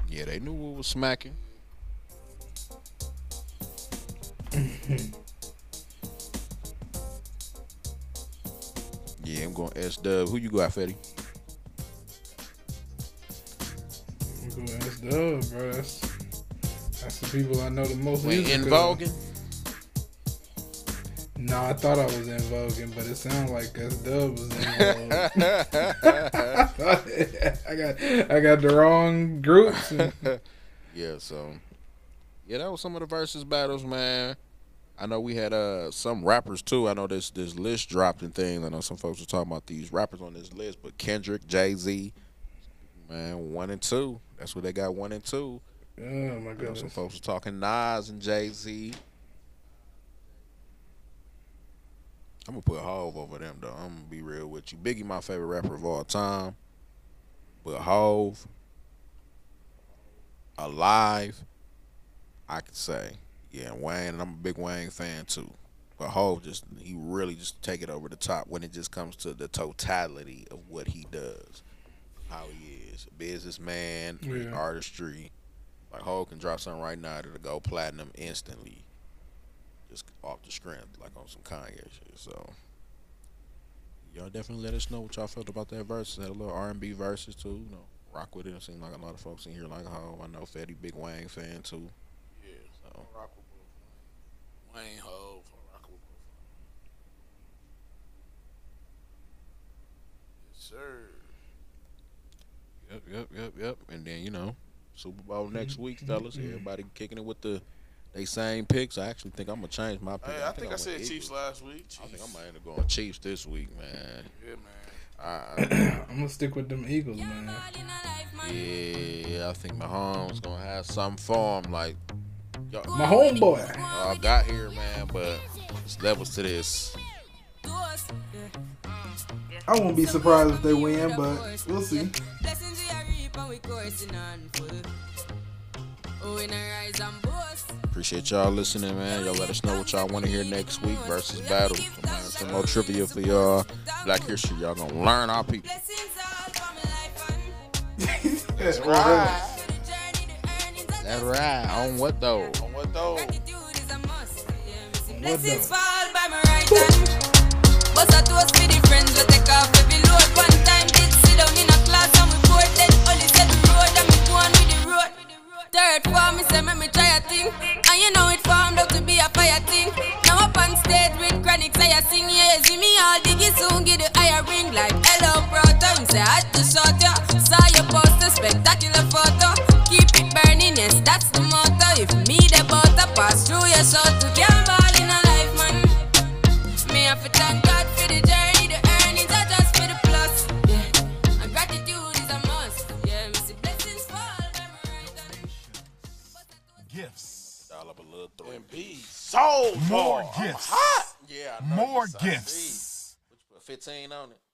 Yeah, they knew what was smacking. yeah, I'm going S Dub. Who you got, Fetty? I'm going, That's dub, bro. That's that's the people I know the most. When music in of. Vogue? Nah, I thought I was in voguing, but it sounded like us dub was in vogue. I thought- I got I got the wrong groups. and- Yeah, so yeah, that was some of the versus battles, man. I know we had uh some rappers too. I know this this list dropped and things. I know some folks were talking about these rappers on this list, but Kendrick, Jay Z, man, one and two. That's what they got. One and two. oh my You know, some goodness. folks were talking Nas and Jay Z. I'm gonna put Hove over them though. I'm gonna be real with you. Biggie, my favorite rapper of all time, but Hove, Alive, I could say, yeah, Wayne, and I'm a big Wayne fan too. But Hove just he really just take it over the top when it just comes to the totality of what he does, how he is, a businessman, his Yeah. artistry. Like Hov can drop something right now that'll go platinum instantly, just off the strength, like on some Kanye shit. So y'all definitely let us know what y'all felt about that versus. Had a little R and B versus too, you know, rock with it. It seems like a lot of folks in here like Hove. I know Fetty Big Wang fan too. Yeah. So. I rock with both. Wayne Hove. I rock with both. Yes, sir. Yep, yep, yep, yep. And then you know, Super Bowl next week, fellas. Everybody kicking it with the they same picks. I actually think I'm gonna change my pick. Hey, I, think I, went said Eagles. Chiefs last week. Uh, Chiefs. I think I might end up going Chiefs this week, man. Yeah, man. I, I'm gonna stick with them Eagles, man. yeah, I think Mahomes gonna have some form like y'all, My homeboy. y'all got here, man. But it's levels to this. I won't be surprised if they win, but we'll see. Blessings we are reap and we coursing on full. Oh, in a rise and boast. Appreciate y'all listening, man. Y'all let us know what y'all want to hear next week versus battle. Man, some more trivia for y'all. Black history, y'all gonna learn our people. Blessings all for my life and That's right. to the journey, the earnings I That right. On what though? On what though? Gratitude is a must. Yeah, me see What Blessings the- fall by my right hand. But I toast with the friends, we take off every load. One time did sit down in a class and we bored. Then only said the road and we go on with the road. Third form, me say, "Make me try a thing. And you know it formed up to be a fire thing. Now up on stage with chronic, say I sing, yeah. See me all diggy soon, give the higher ring. Like, hello, brother. Me say, I had to shot ya. Saw your poster, spectacular photo. Keep it burning, yes, that's the motto. If me the butter pass through your soul to get ball in a life, man. Me have to thank God for the journey, the earnings are just for the plus. Yeah. And gratitude is a must. Yeah, me see blessings fall. when we rise up. Gifts. Dial up a little three. And peace. Soul More Bar. gifts. Hot. Yeah. I know More this, I see. gifts. Put 15 on it.